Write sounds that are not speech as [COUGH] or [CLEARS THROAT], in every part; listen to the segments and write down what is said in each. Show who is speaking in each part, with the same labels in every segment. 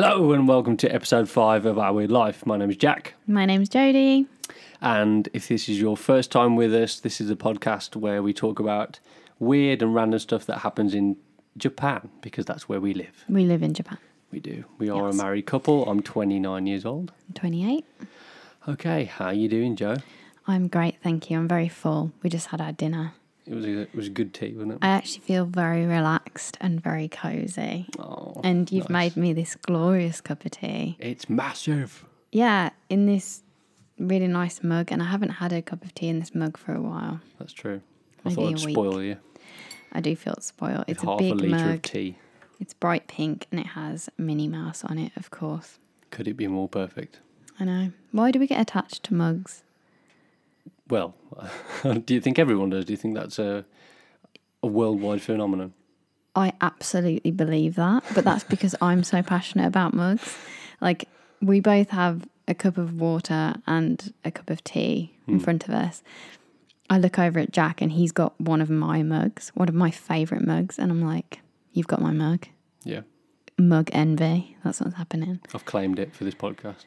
Speaker 1: welcome to episode five of Our Weird Life. My name is Jack,
Speaker 2: My name's Jodie.
Speaker 1: and if this is your first time with us, this is a podcast where we talk about weird and random stuff that happens in Japan because that's where we live.
Speaker 2: We live in Japan.
Speaker 1: We do. We are
Speaker 2: Yes.
Speaker 1: a married couple. I'm 29 years old.
Speaker 2: I'm 28.
Speaker 1: Okay, how you doing, Joe?
Speaker 2: I'm great, thank you. I'm very full. We just had our dinner.
Speaker 1: It was a, it was a good tea, wasn't it?
Speaker 2: I actually feel very relaxed and very cozy.
Speaker 1: Oh,
Speaker 2: And you've
Speaker 1: nice.
Speaker 2: made me this glorious cup of tea.
Speaker 1: It's massive.
Speaker 2: Yeah, in this really nice mug. And I haven't had a cup of tea in this mug for a while.
Speaker 1: That's true. I
Speaker 2: Maybe
Speaker 1: thought I'd
Speaker 2: a week.
Speaker 1: spoil you.
Speaker 2: I do feel spoiled. It's a
Speaker 1: Half a
Speaker 2: big
Speaker 1: litre of
Speaker 2: mug.
Speaker 1: tea.
Speaker 2: It's bright pink and it has Minnie Mouse on it, of course.
Speaker 1: Could it be more perfect?
Speaker 2: I know. Why do we get attached to mugs?
Speaker 1: Well, [LAUGHS] do you think everyone does? Do you think that's a a worldwide phenomenon?
Speaker 2: I absolutely believe that, but that's because I'm so passionate about mugs. Like we both have a cup of water and a cup of tea in front of us. I look over at Jack and he's got one of my mugs, one of my favorite mugs, and I'm like, "You've got my mug.
Speaker 1: Yeah,
Speaker 2: Mug envy. That's what's happening."
Speaker 1: I've claimed it for this podcast.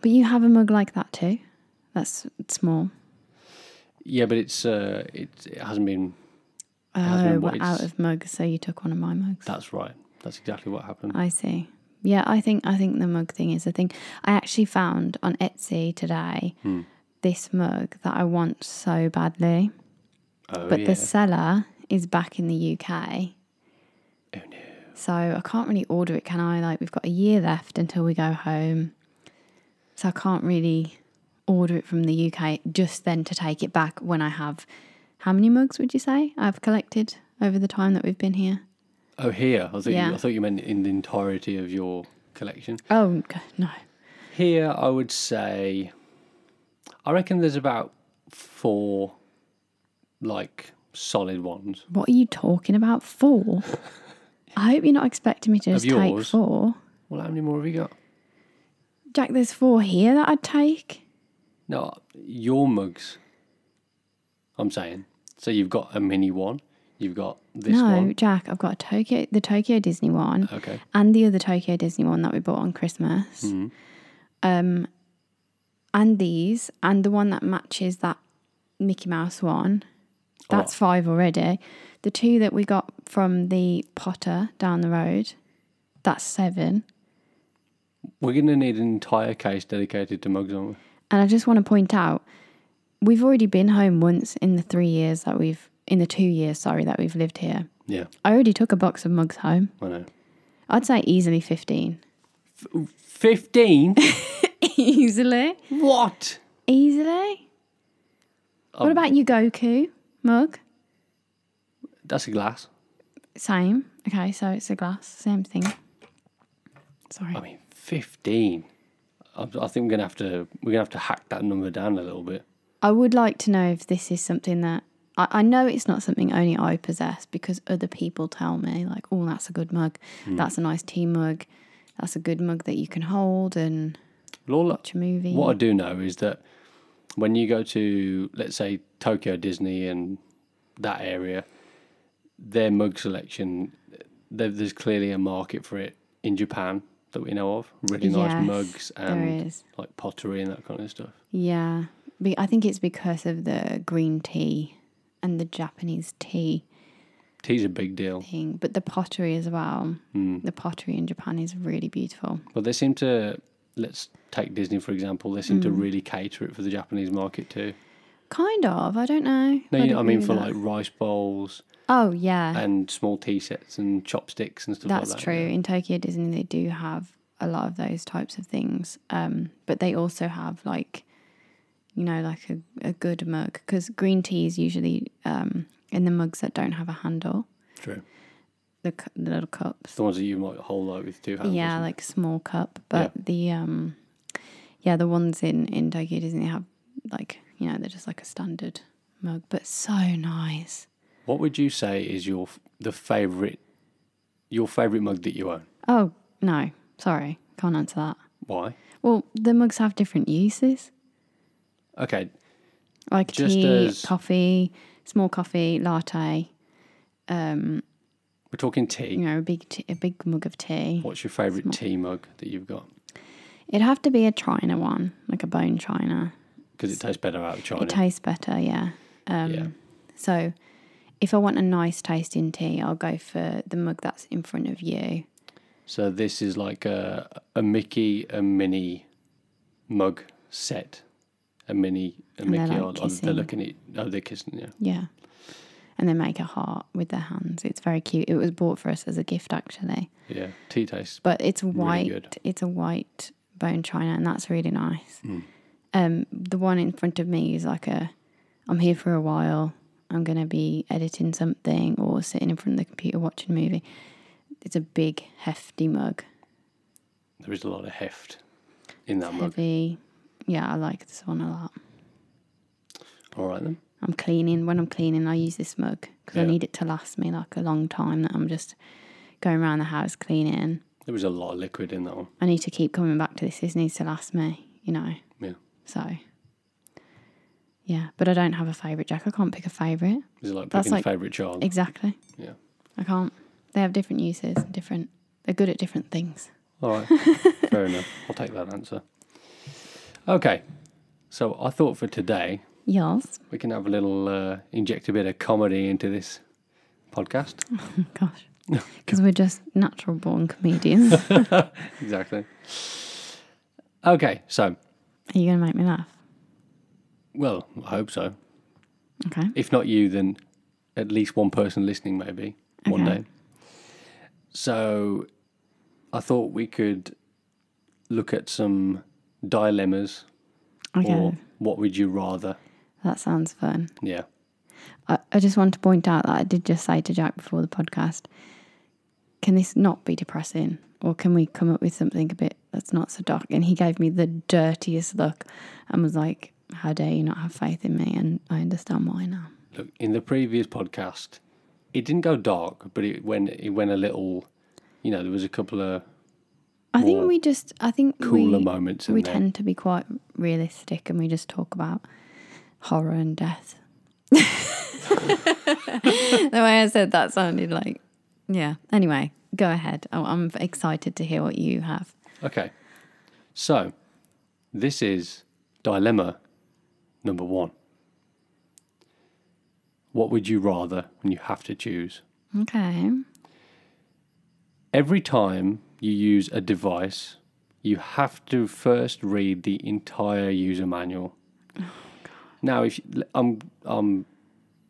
Speaker 2: But you have a mug like that too. That's small.
Speaker 1: Yeah, but it's uh, it, it hasn't been.
Speaker 2: Oh,
Speaker 1: hasn't been
Speaker 2: we're
Speaker 1: what
Speaker 2: out
Speaker 1: it's-
Speaker 2: of mugs, so you took one of my mugs.
Speaker 1: That's right. That's exactly what happened.
Speaker 2: I see. Yeah, I think I think the mug thing is a thing. I actually found on Etsy today
Speaker 1: Hmm.
Speaker 2: this mug that I want so badly,
Speaker 1: oh
Speaker 2: but
Speaker 1: yeah.
Speaker 2: the seller is back in the UK.
Speaker 1: Oh, no.
Speaker 2: So I can't really order it, can I? Like we've got a year left until we go home, so I can't really order it from the UK just then to take it back when I have how many mugs would you say I've collected over the time that we've been here?
Speaker 1: Oh here, I thought
Speaker 2: Yeah.
Speaker 1: you, I thought you meant in the entirety of your collection.
Speaker 2: Oh g- no,
Speaker 1: Here, I would say, I reckon there's about four, like solid ones.
Speaker 2: What are you talking about? Four? I hope you're not expecting me to just take
Speaker 1: yours?
Speaker 2: four.
Speaker 1: Well, how many more have you got?
Speaker 2: Jack, there's four here that I'd take.
Speaker 1: No, your mugs. I'm saying. So you've got a mini one. You've got this
Speaker 2: no,
Speaker 1: one.
Speaker 2: Jack, I've got a Tokyo, the Tokyo Disney one,
Speaker 1: Okay.
Speaker 2: and the other Tokyo Disney one that we bought on Christmas.
Speaker 1: Mm-hmm.
Speaker 2: Um, and these, and the one that matches that Mickey Mouse one.
Speaker 1: Oh.
Speaker 2: That's five already. The two that we got from the Potter down the road. That's seven.
Speaker 1: We're going to need an entire case dedicated to mugs, aren't we?
Speaker 2: And I just want to point out, we've already been home once in the three years that we've, in the two years, sorry, that we've lived here.
Speaker 1: Yeah,
Speaker 2: I already took a box of mugs home.
Speaker 1: I know.
Speaker 2: I'd say easily 15.
Speaker 1: 15?
Speaker 2: easily?
Speaker 1: what?
Speaker 2: Easily?
Speaker 1: Um,
Speaker 2: what about you, Goku mug?
Speaker 1: That's a glass.
Speaker 2: Same. Okay, so it's a glass, same thing. Sorry.
Speaker 1: I mean, 15. I, I think we're going to have to we're going to have to hack that number down a little bit.
Speaker 2: I would like to know if this is something that I, I know it's not something only I possess because other people tell me, like, oh, that's a good mug.
Speaker 1: Hmm.
Speaker 2: That's a nice tea mug. That's a good mug that you can hold and
Speaker 1: Lola,
Speaker 2: watch a movie.
Speaker 1: what I do know is that when you go to let's say Tokyo Disney and that area, their mug selection there- there's clearly a market for it in Japan that we know of. Really nice
Speaker 2: Yes,
Speaker 1: mugs
Speaker 2: there
Speaker 1: and
Speaker 2: is.
Speaker 1: like pottery and that kind of stuff.
Speaker 2: Yeah. Be- I think it's because of the green tea and the Japanese tea
Speaker 1: Tea's a big deal.
Speaker 2: thing, but the pottery as well.
Speaker 1: Hmm.
Speaker 2: The pottery in Japan is really beautiful.
Speaker 1: But they seem to let's take Disney for example, they seem to
Speaker 2: Mm.
Speaker 1: really cater it for the Japanese market too.
Speaker 2: Kind of. I don't know.
Speaker 1: No, you
Speaker 2: don't
Speaker 1: know what I mean
Speaker 2: really
Speaker 1: for
Speaker 2: know.
Speaker 1: like uh, rice bowls
Speaker 2: Oh, yeah.
Speaker 1: and small tea sets and chopsticks and stuff
Speaker 2: That's
Speaker 1: like that.
Speaker 2: true. In Tokyo Disney, they do have a lot of those types of things, um, but they also have like, you know, like a, a good mug because green tea is usually um, in the mugs that don't have a handle,
Speaker 1: True.
Speaker 2: the, cu- the little cups.
Speaker 1: The ones that you might hold like with two hands. or
Speaker 2: Yeah,
Speaker 1: something.
Speaker 2: like small cup, but the um, yeah, the ones in in Tokyo Disney they have like you know they're just like a standard mug, but so nice.
Speaker 1: What would you say is your f- the favorite your favorite mug that you own?
Speaker 2: Oh no, sorry, can't answer that.
Speaker 1: Why?
Speaker 2: Well, the mugs have different uses.
Speaker 1: Okay,
Speaker 2: like
Speaker 1: Just
Speaker 2: tea,
Speaker 1: as-
Speaker 2: coffee, small coffee, latte,
Speaker 1: We're talking tea.
Speaker 2: you know, a big t- a big mug of tea.
Speaker 1: What's your favourite tea mug that you've got?
Speaker 2: It'd have to be a china one, like a bone china.
Speaker 1: Because it tastes better out of China.
Speaker 2: It tastes better, yeah. Um,
Speaker 1: Yeah.
Speaker 2: So, if I want a nice tasting tea, I'll go for the mug that's in front of you.
Speaker 1: so this is like a a Mickey a mini mug set, a mini a
Speaker 2: they're,
Speaker 1: Mickey.
Speaker 2: like,
Speaker 1: or- or they're
Speaker 2: kissing.
Speaker 1: looking at. Oh, they're kissing. Yeah.
Speaker 2: Yeah. And they make a heart with their hands. It's very cute. It was bought for us as a gift, actually.
Speaker 1: Yeah. Tea tastes.
Speaker 2: But it's white.
Speaker 1: good.
Speaker 2: it's a white bone china, and that's really nice.
Speaker 1: Hmm.
Speaker 2: Um, the one in front of me is like a, I'm here for a while. I'm gonna be editing something or sitting in front of the computer watching a movie. It's a big, hefty mug.
Speaker 1: There is a lot of heft in that mug.
Speaker 2: Heavy. Yeah, I like this one a lot.
Speaker 1: All right then.
Speaker 2: I'm cleaning. When I'm cleaning, I use this mug because I
Speaker 1: Yeah.
Speaker 2: need it to last me like a long time. That I'm just going around the house cleaning.
Speaker 1: There was a lot of liquid in that one.
Speaker 2: I need to keep coming back to this. This needs to last me, you know.
Speaker 1: Yeah.
Speaker 2: So, yeah, but I don't have a favourite, Jack. I can't pick a favourite.
Speaker 1: It's like
Speaker 2: That's
Speaker 1: picking
Speaker 2: like-
Speaker 1: a favourite child.
Speaker 2: Exactly.
Speaker 1: yeah.
Speaker 2: I can't. They have different uses, and different. They're good at different things.
Speaker 1: All
Speaker 2: [LAUGHS]
Speaker 1: right. Fair enough. I'll take that answer. Okay. So I thought for today
Speaker 2: Yours? [LAUGHS]
Speaker 1: we can have a little uh, inject a bit of comedy into this podcast.
Speaker 2: [LAUGHS] Gosh. Because we're just natural born comedians. Are
Speaker 1: exactly. Okay. So
Speaker 2: you going to make me laugh?
Speaker 1: well, I hope so.
Speaker 2: Okay.
Speaker 1: If not you, then at least one person listening, maybe one
Speaker 2: Okay.
Speaker 1: day. So I thought we could look at some dilemmas
Speaker 2: Okay.
Speaker 1: or what would you rather?
Speaker 2: That sounds fun.
Speaker 1: Yeah.
Speaker 2: I, I just want to point out that I did just say to Jack before the podcast, can this not be depressing? Or can we come up with something a bit that's not so dark? And he gave me the dirtiest look and was like, How dare you not have faith in me? And I understand why now.
Speaker 1: Look, in the previous podcast, it didn't go dark, but it went it went a little. You know, there was a couple of
Speaker 2: I think
Speaker 1: More
Speaker 2: we just, I think
Speaker 1: cooler
Speaker 2: we,
Speaker 1: moments in
Speaker 2: we
Speaker 1: there.
Speaker 2: tend to be quite realistic and we just talk about horror and death. [LAUGHS] the way I said that sounded like, yeah. Anyway, go ahead. I- I'm excited to hear what you have.
Speaker 1: Okay, so this is dilemma number one. What would you rather when you have to choose?
Speaker 2: Okay.
Speaker 1: Every time you use a device, you have to first read the entire user manual.
Speaker 2: Oh,
Speaker 1: Now, if you, I'm I'm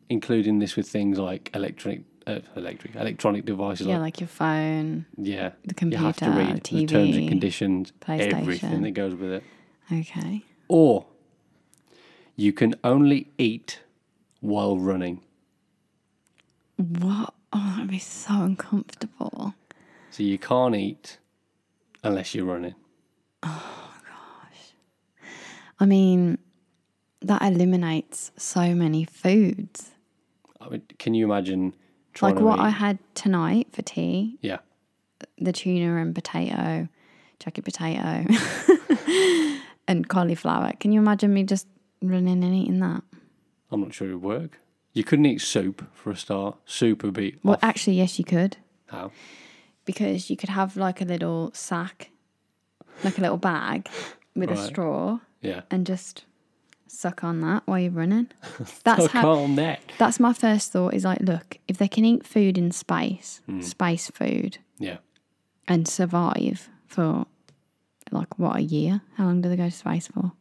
Speaker 1: including this with things like electronic uh, electric electronic devices,
Speaker 2: Yeah,
Speaker 1: like,
Speaker 2: like your phone.
Speaker 1: yeah,
Speaker 2: the
Speaker 1: you have to
Speaker 2: computer,
Speaker 1: read the terms
Speaker 2: TV,
Speaker 1: and conditions,
Speaker 2: PlayStation.
Speaker 1: everything that goes with it,
Speaker 2: Okay.
Speaker 1: or you can only eat while running.
Speaker 2: What? Oh, that'd be so uncomfortable.
Speaker 1: So you can't eat unless you're running.
Speaker 2: I mean, that eliminates so many foods.
Speaker 1: I mean, can you imagine trying
Speaker 2: like
Speaker 1: to
Speaker 2: what
Speaker 1: eat?
Speaker 2: I had tonight for tea
Speaker 1: yeah.
Speaker 2: the tuna and potato, jacket potato, [LAUGHS] and cauliflower. Can you imagine me just running and eating that?
Speaker 1: I'm not sure it would work. You couldn't eat soup for a start. Soup would be
Speaker 2: Well,
Speaker 1: off.
Speaker 2: actually, yes, you could.
Speaker 1: How?
Speaker 2: because you could have like a little sack, like a little bag with a
Speaker 1: Right.
Speaker 2: straw,
Speaker 1: Yeah.
Speaker 2: and just suck on that while you're running. That's
Speaker 1: Look
Speaker 2: how.
Speaker 1: on that.
Speaker 2: That's my first thought. Is like, look, if they can eat food in space, space food,
Speaker 1: Yeah.
Speaker 2: and survive for like what a year? How long do they go to space for?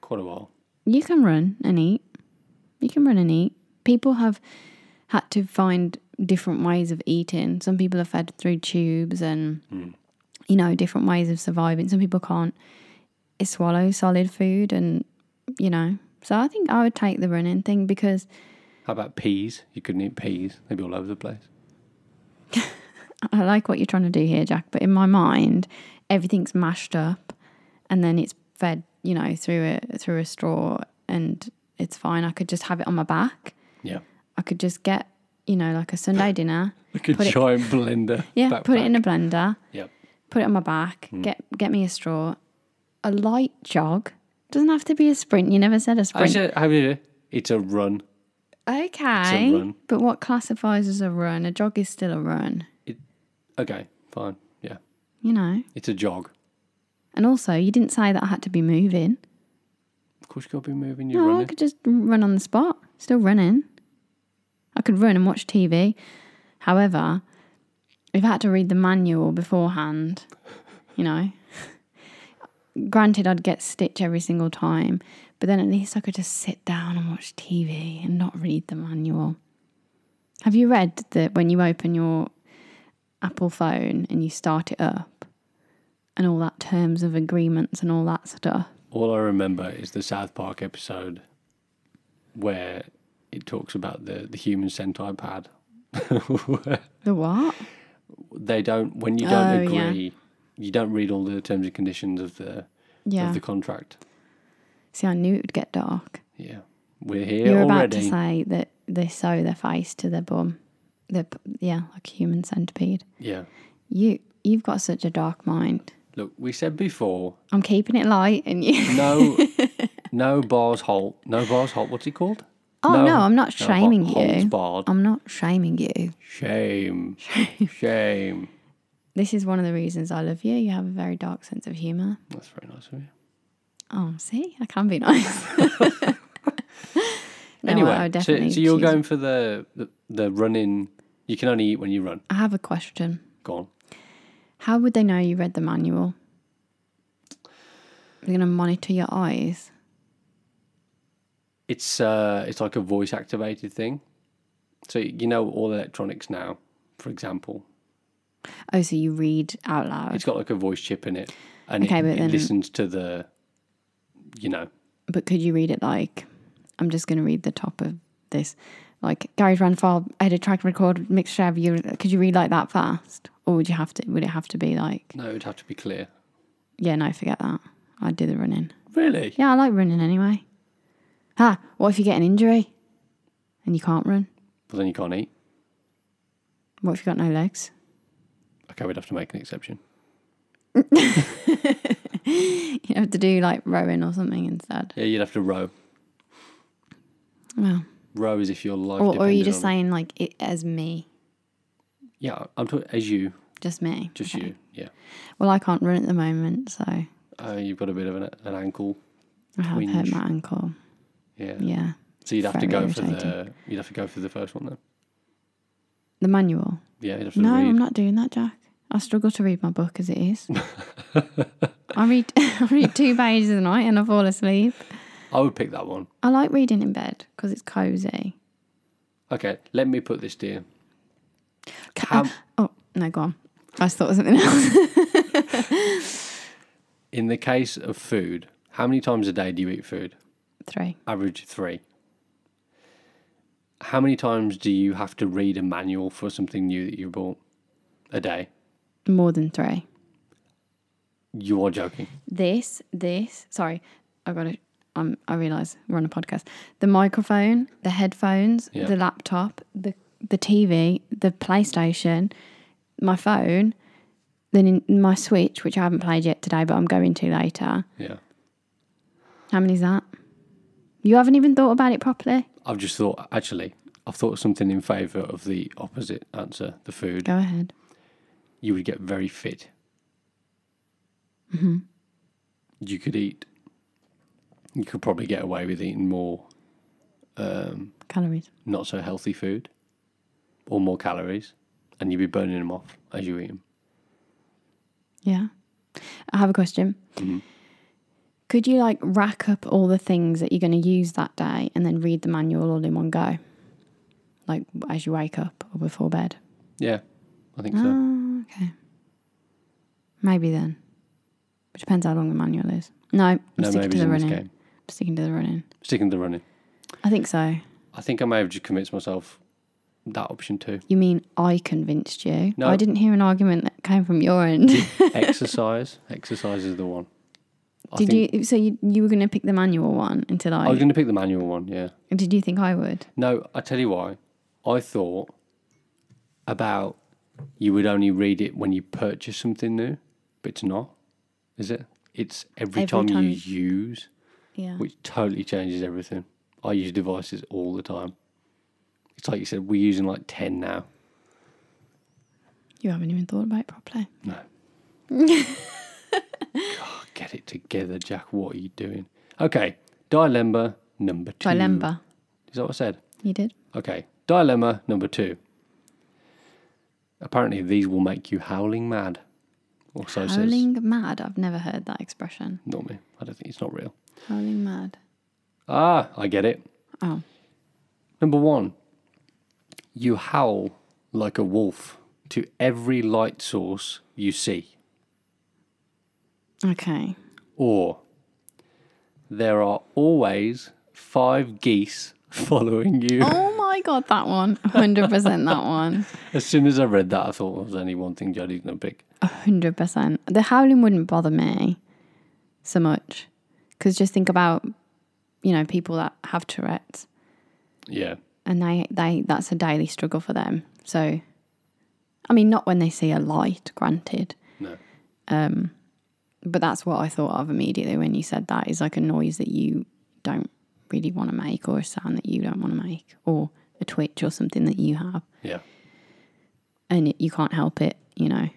Speaker 1: Quite a while.
Speaker 2: You can run and eat. You can run and eat. People have had to find different ways of eating. Some people are fed through tubes and, you know, different ways of surviving. Some people can't swallow solid food and, you know. So I think I would take the running thing because
Speaker 1: How about peas? You couldn't eat peas. They'd be all over the place.
Speaker 2: I like what you're trying to do here, Jack, but in my mind, everything's mashed up and then it's fed, you know, through a through a straw and it's fine. I could just have it on my back.
Speaker 1: Yeah.
Speaker 2: I could just get, you know, like a Sunday dinner.
Speaker 1: Like a
Speaker 2: Put it-
Speaker 1: giant blender.
Speaker 2: Yeah, put it in a blender,
Speaker 1: Yep.
Speaker 2: put it on my back,
Speaker 1: Mm.
Speaker 2: get get me a straw, a light jog. Doesn't have to be a sprint. You never said a sprint.
Speaker 1: Actually, how do you do? It's a run.
Speaker 2: Okay.
Speaker 1: run.
Speaker 2: But what classifies as a run? A jog is still a run,
Speaker 1: Okay, fine. Yeah.
Speaker 2: you know.
Speaker 1: It's a jog.
Speaker 2: And also, you didn't say that I had to be moving.
Speaker 1: Of course, you've got to be moving. You're
Speaker 2: No, I
Speaker 1: running.
Speaker 2: could just run on the spot, still running. I could run and watch TV. However, if I had to read the manual beforehand, you know, [LAUGHS] granted I'd get stitch every single time, but then at least I could just sit down and watch TV and not read the manual. Have you read that when you open your Apple phone and you start it up and all that terms of agreements and all that stuff?
Speaker 1: All I remember is the South Park episode where it talks about the, the human centipede [LAUGHS] pad.
Speaker 2: The what?
Speaker 1: they don't when you
Speaker 2: Oh,
Speaker 1: don't
Speaker 2: yeah.
Speaker 1: agree, you don't read all the terms and conditions of the
Speaker 2: Yeah.
Speaker 1: of the contract.
Speaker 2: See, I knew it would get dark.
Speaker 1: Yeah, we're here
Speaker 2: you were about to
Speaker 1: already.
Speaker 2: say that they sew their face to their bum. Their, p- yeah, like a human centipede.
Speaker 1: yeah,
Speaker 2: You, you've got such a dark mind.
Speaker 1: look, we said before,
Speaker 2: I'm keeping it light, and you. [LAUGHS]
Speaker 1: no, no bars halt, no bars halt. What's he called?
Speaker 2: Oh no, I'm not
Speaker 1: no,
Speaker 2: shaming
Speaker 1: Hol-
Speaker 2: you.
Speaker 1: Holds barred.
Speaker 2: I'm not shaming you. [LAUGHS]
Speaker 1: Shame, shame.
Speaker 2: This is one of the reasons I love you. You have a very dark sense of humour.
Speaker 1: That's very nice of you.
Speaker 2: Oh, see, I can be nice. [LAUGHS] no,
Speaker 1: anyway,
Speaker 2: I, I would
Speaker 1: so,
Speaker 2: definitely.
Speaker 1: so you're
Speaker 2: choose-
Speaker 1: going for the, the the running. You can only eat when you run.
Speaker 2: I have a question.
Speaker 1: Go on.
Speaker 2: How would they know you read the manual? They're going to monitor your eyes.
Speaker 1: It's uh, it's like a voice activated thing. So you know all electronics now, for example,
Speaker 2: Oh, so you read out loud.
Speaker 1: it's got like a voice chip in it, and
Speaker 2: Okay,
Speaker 1: it,
Speaker 2: but
Speaker 1: it
Speaker 2: then-
Speaker 1: listens to the, you know,
Speaker 2: but could you read it like, I'm just going to read the top of this, like garage band file, edit track, record, mix share. You could you read like that fast, or would you have to? Would it have to be like,
Speaker 1: no, it'd have to be clear.
Speaker 2: yeah, no, forget that. I'd do the running.
Speaker 1: Really?
Speaker 2: Yeah, I like running anyway. Ha! What if you get an injury and you can't run?
Speaker 1: Well, then you can't eat.
Speaker 2: What if you got no legs? [LAUGHS]
Speaker 1: Okay, we'd have to make an exception.
Speaker 2: You have to do like rowing or something instead.
Speaker 1: Yeah, you'd have to row.
Speaker 2: Well,
Speaker 1: Row is if your life.
Speaker 2: or, or are you
Speaker 1: depended
Speaker 2: just
Speaker 1: on it.
Speaker 2: saying like it as me,
Speaker 1: Yeah, I'm talking as you,
Speaker 2: just me?
Speaker 1: just you. Yeah.
Speaker 2: Well, I can't run at the moment, so.
Speaker 1: Uh, you've got a bit of an, an ankle.
Speaker 2: I have hurt
Speaker 1: Twinge.
Speaker 2: my ankle.
Speaker 1: Yeah.
Speaker 2: Yeah.
Speaker 1: So you'd have to
Speaker 2: Very
Speaker 1: go for the.
Speaker 2: irritating.
Speaker 1: You'd have to go for the first one then.
Speaker 2: The manual.
Speaker 1: Yeah, you'd have to
Speaker 2: No,
Speaker 1: read.
Speaker 2: I'm not doing that, Jack. I struggle to read my book as it is.
Speaker 1: [LAUGHS]
Speaker 2: I read [LAUGHS] I read two pages a night and I fall asleep.
Speaker 1: I would pick that one.
Speaker 2: I like reading in bed because it's cozy.
Speaker 1: Okay, let me put this to you.
Speaker 2: Ca-
Speaker 1: How-
Speaker 2: oh no, go on. I just thought of something else. [LAUGHS]
Speaker 1: In the case of food, how many times a day do you eat food?
Speaker 2: Three.
Speaker 1: average three. How many times do you have to read a manual for something new that you bought a day?
Speaker 2: More than three.
Speaker 1: You are joking.
Speaker 2: This, this. Sorry, I got it. Um, I realise we're on a podcast. The microphone, the headphones,
Speaker 1: Yeah.
Speaker 2: the laptop, the the TV, the PlayStation, my phone, then in my Switch, which I haven't played yet today, but I'm going to later.
Speaker 1: Yeah.
Speaker 2: How many's that? You haven't even thought about it properly.
Speaker 1: I've just thought, actually, I've thought something in favour of the opposite answer the food.
Speaker 2: Go ahead.
Speaker 1: You would get very fit. Mm-hmm. You could eat, you could probably get away with eating more
Speaker 2: Calories.
Speaker 1: not so healthy food or more calories, and you'd be burning them off as you eat them.
Speaker 2: Yeah. I have a question.
Speaker 1: Mm-hmm.
Speaker 2: Could you like rack up all the things that you're going to use that day and then read the manual all in one go? Like as you wake up or before bed?
Speaker 1: Yeah, I think so.
Speaker 2: Oh, okay. Maybe then. It depends how long the manual is. No, I'm
Speaker 1: No,
Speaker 2: sticking to
Speaker 1: maybe
Speaker 2: the
Speaker 1: in this
Speaker 2: running.
Speaker 1: game.
Speaker 2: I'm sticking to the running.
Speaker 1: Sticking to the running.
Speaker 2: I think so.
Speaker 1: I think I may have just convinced myself that option
Speaker 2: [LAUGHS]
Speaker 1: too.
Speaker 2: You mean I convinced you?
Speaker 1: No.
Speaker 2: I didn't hear an argument that came from your end.
Speaker 1: exercise, exercise is the one. [LAUGHS] I
Speaker 2: Did
Speaker 1: think-
Speaker 2: you? So you, you were going to pick the manual one until I.
Speaker 1: I was going to pick the manual one. Yeah.
Speaker 2: did you think I would?
Speaker 1: No, I tell you why. I thought about you would only read it when you purchase something new, but it's not, is it? It's every,
Speaker 2: Every
Speaker 1: time,
Speaker 2: time
Speaker 1: you
Speaker 2: you-
Speaker 1: use,
Speaker 2: Yeah.
Speaker 1: which totally changes everything. I use devices all the time. It's like you said, we're using like 10 now.
Speaker 2: You haven't even thought about it properly.
Speaker 1: No. God, get it together, Jack. What are you doing? Okay, dilemma number two.
Speaker 2: Dilemma.
Speaker 1: Is that what I said?
Speaker 2: You did.
Speaker 1: Okay, dilemma number two. Apparently, these will make you howling mad. Or so says.
Speaker 2: Howling mad. I've never heard that expression.
Speaker 1: Not me. I don't think it's not real.
Speaker 2: Howling mad.
Speaker 1: Ah, I get it.
Speaker 2: Oh.
Speaker 1: Number one, you howl like a wolf to every light source you see.
Speaker 2: Okay.
Speaker 1: Or there are always five geese [LAUGHS] following you.
Speaker 2: Oh my god, that one. 100% that one.
Speaker 1: As soon as I read that, I thought there was only one thing Jodie's going to pick.
Speaker 2: 100%. The howling wouldn't bother me so much. Because just think about, you know, people that have Tourette's
Speaker 1: Yeah.
Speaker 2: and they, they that's a daily struggle for them. So, I mean, not when they see a light, granted. Um,
Speaker 1: No.
Speaker 2: But that's what I thought of immediately when you said that is like a noise that you don't really want to make or a sound that you don't want to make or a twitch or something that you have.
Speaker 1: Yeah.
Speaker 2: and it, you can't help it, you know.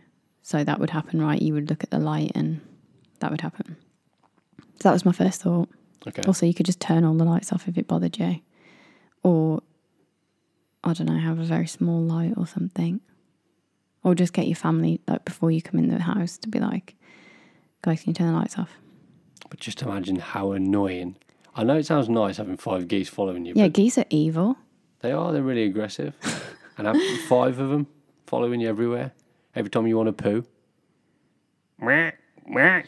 Speaker 2: So that would happen, right? You would look at the light and that would happen. So that was my first thought.
Speaker 1: Okay.
Speaker 2: Also, you could just turn all the lights off if it bothered you. Or, I don't know, have a very small light or something. Or just get your family, like, before you come in the house to be like, guys, can you turn the lights off?
Speaker 1: But just imagine how annoying. I know it sounds nice having five geese following you,
Speaker 2: Yeah,
Speaker 1: but
Speaker 2: geese are evil.
Speaker 1: they are. They're really
Speaker 2: [LAUGHS]
Speaker 1: aggressive. and have five of them following you everywhere. Every time you want to poo. Meh, meh.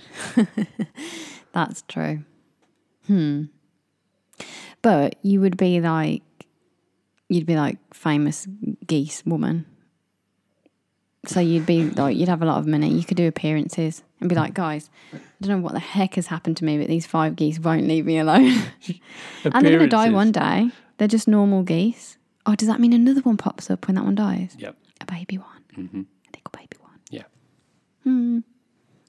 Speaker 2: That's true. Hmm. But you would be like, you'd be like famous geese woman. So you'd be like, you'd have a lot of money. You could do appearances and be like, guys, I don't know what the heck has happened to me, but these five geese won't leave me alone. [LAUGHS] and they're going to die
Speaker 1: Appearances.
Speaker 2: one day. They're just normal geese. Oh, does that mean another one pops up when that one dies?
Speaker 1: Yep.
Speaker 2: A baby one. Mm-hmm. A little baby one.
Speaker 1: Yeah.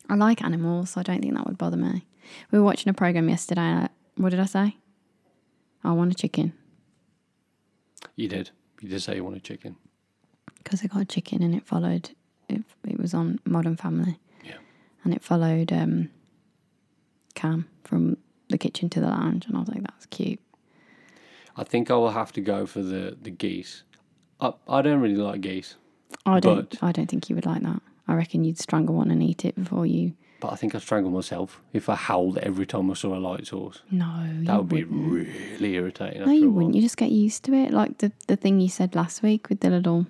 Speaker 2: I like animals, so I don't think that would bother me. We were watching a program yesterday. And I, what did I say? I want a chicken
Speaker 1: You did. You did say you wanted chicken.
Speaker 2: because I got a chicken, and it followed. It, it was on Modern Family,
Speaker 1: Yeah.
Speaker 2: and it followed um, Cam from the kitchen to the lounge, and I was like, "That's cute."
Speaker 1: I think I will have to go for the, the geese. I, I don't really like geese,
Speaker 2: I don't.
Speaker 1: But-
Speaker 2: I don't think you would like that. I reckon you'd strangle one and eat it before you.
Speaker 1: but I think I'd strangle myself if I howled every time I saw a light source.
Speaker 2: No, you
Speaker 1: That would be
Speaker 2: wouldn't.
Speaker 1: really irritating.
Speaker 2: No,
Speaker 1: after a
Speaker 2: you
Speaker 1: while.
Speaker 2: wouldn't. You just get used to it. Like the, the thing you said last week with the little,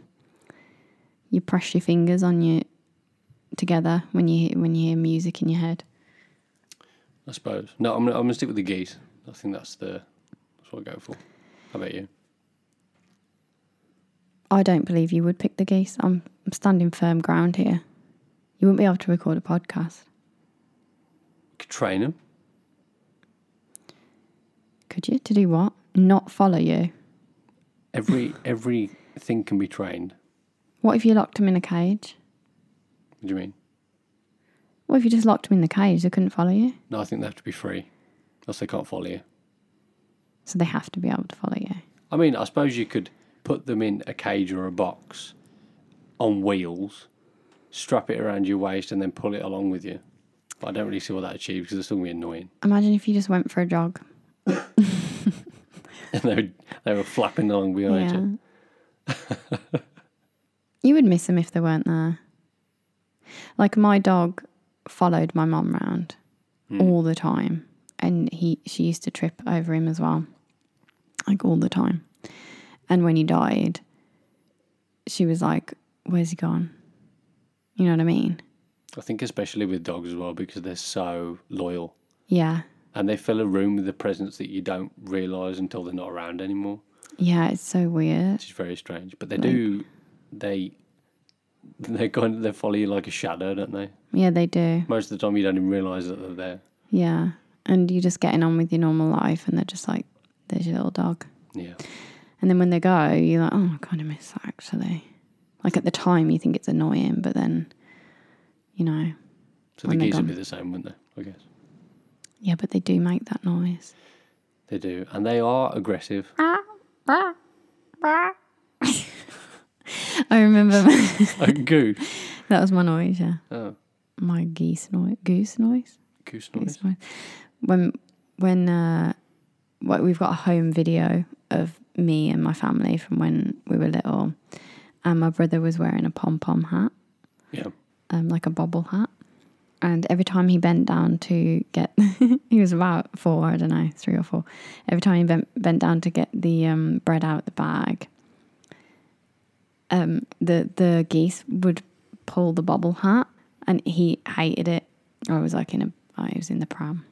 Speaker 2: you press your fingers on your together when you hear- when you hear music in your head.
Speaker 1: I suppose. No, I'm gonna, I'm gonna stick with the geese. I think that's the that's what I go for. How about you?
Speaker 2: I don't believe you would pick the geese. I'm, I'm standing firm ground here. You wouldn't be able to record a podcast,
Speaker 1: Could train them.
Speaker 2: could you? To do what? Not follow you.
Speaker 1: Every everything can be trained.
Speaker 2: What if you locked them in a cage?
Speaker 1: What do you mean?
Speaker 2: What if you just locked them in the cage? They couldn't follow you,
Speaker 1: No, I think they have to be free, else they can't follow you.
Speaker 2: so they have to be able to follow you.
Speaker 1: I mean, I suppose you could put them in a cage or a box on wheels, strap it around your waist, and then pull it along with you. But I don't really see what that achieves because it's still gonna be annoying. [LAUGHS]
Speaker 2: Imagine if you just went for a jog.
Speaker 1: And they were, they were flapping along behind you.
Speaker 2: [LAUGHS] you would miss them if they weren't there. Like my dog followed my mum round all the time, and he she used to trip over him as well, like all the time. And when he died, she was like, "Where's he gone?" You know what I mean?
Speaker 1: I think especially with dogs as well because they're so loyal.
Speaker 2: Yeah,
Speaker 1: and they fill a room with a presence that you don't realize until they're not around anymore,
Speaker 2: yeah. It's so weird.
Speaker 1: which is very strange. But they do, they [LAUGHS] they kind of they follow you like a shadow, don't they?
Speaker 2: Yeah, they do.
Speaker 1: Most of the time, you don't even realize that they're there.
Speaker 2: Yeah, and you're just getting on with your normal life, and they're just like, "There's your little dog."
Speaker 1: Yeah,
Speaker 2: And then when they go, you're like, oh, I kind of miss that actually. Like at the time, you think it's annoying, but then, you know,
Speaker 1: so
Speaker 2: When
Speaker 1: the
Speaker 2: they're
Speaker 1: geese would be
Speaker 2: gone.
Speaker 1: the same, wouldn't they? I guess
Speaker 2: yeah, but they do make that noise. Ah.
Speaker 1: they do, and they are aggressive.
Speaker 2: I remember [LAUGHS]
Speaker 1: A goose.
Speaker 2: that was my noise. Yeah,
Speaker 1: Oh,
Speaker 2: my geese noise, goose noise,
Speaker 1: goose noise.
Speaker 2: goose noise. When when uh, what we've got a home video of me and my family from when we were little, and my brother was wearing a pom pom hat.
Speaker 1: Yeah.
Speaker 2: um, like a bobble hat. And every time he bent down to get, [LAUGHS] he was about four, I don't know, three or four. Every time he bent, bent down to get the um, bread out of the bag, um, the the geese would pull the bobble hat, and he hated it. I was like in a, I was in the pram.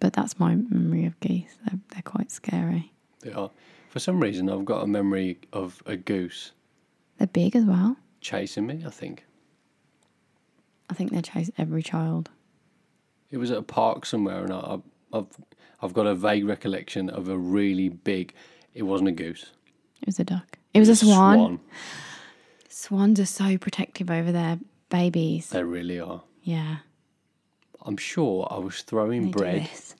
Speaker 2: But that's my memory of geese. They're, they're quite scary.
Speaker 1: They are. For some reason, I've got a memory of a goose
Speaker 2: They're big as well.
Speaker 1: chasing me. I think
Speaker 2: I think they chase every child.
Speaker 1: it was at a park somewhere, and I, I've I've got a vague recollection of a really big. It wasn't a goose.
Speaker 2: It was a duck. It was a swan. Swans are so protective over their babies.
Speaker 1: They really are.
Speaker 2: Yeah.
Speaker 1: I'm sure I was throwing
Speaker 2: they do
Speaker 1: bread.
Speaker 2: this.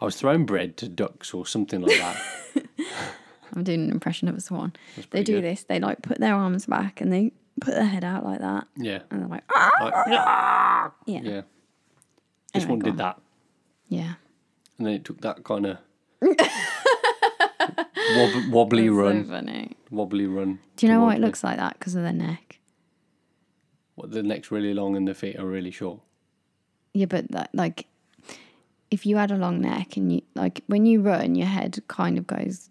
Speaker 1: I was throwing bread to ducks or something like that.
Speaker 2: [LAUGHS] I'm doing an impression of a swan. They
Speaker 1: pretty
Speaker 2: do
Speaker 1: good.
Speaker 2: this. They like put their arms back and they put their head out like that.
Speaker 1: yeah.
Speaker 2: And they're like, ah!
Speaker 1: Like,
Speaker 2: Yeah.
Speaker 1: yeah. This
Speaker 2: Anyway,
Speaker 1: one
Speaker 2: go
Speaker 1: did
Speaker 2: on.
Speaker 1: that.
Speaker 2: Yeah.
Speaker 1: And then it took that kind of wob- wobbly run.
Speaker 2: So funny.
Speaker 1: Wobbly run.
Speaker 2: Do you know why
Speaker 1: towards
Speaker 2: it
Speaker 1: me.
Speaker 2: looks like that? Because of their neck.
Speaker 1: What, the neck's really long and the feet are really short.
Speaker 2: Yeah, but that, like, if you had a long neck and you, like, when you run, your head kind of goes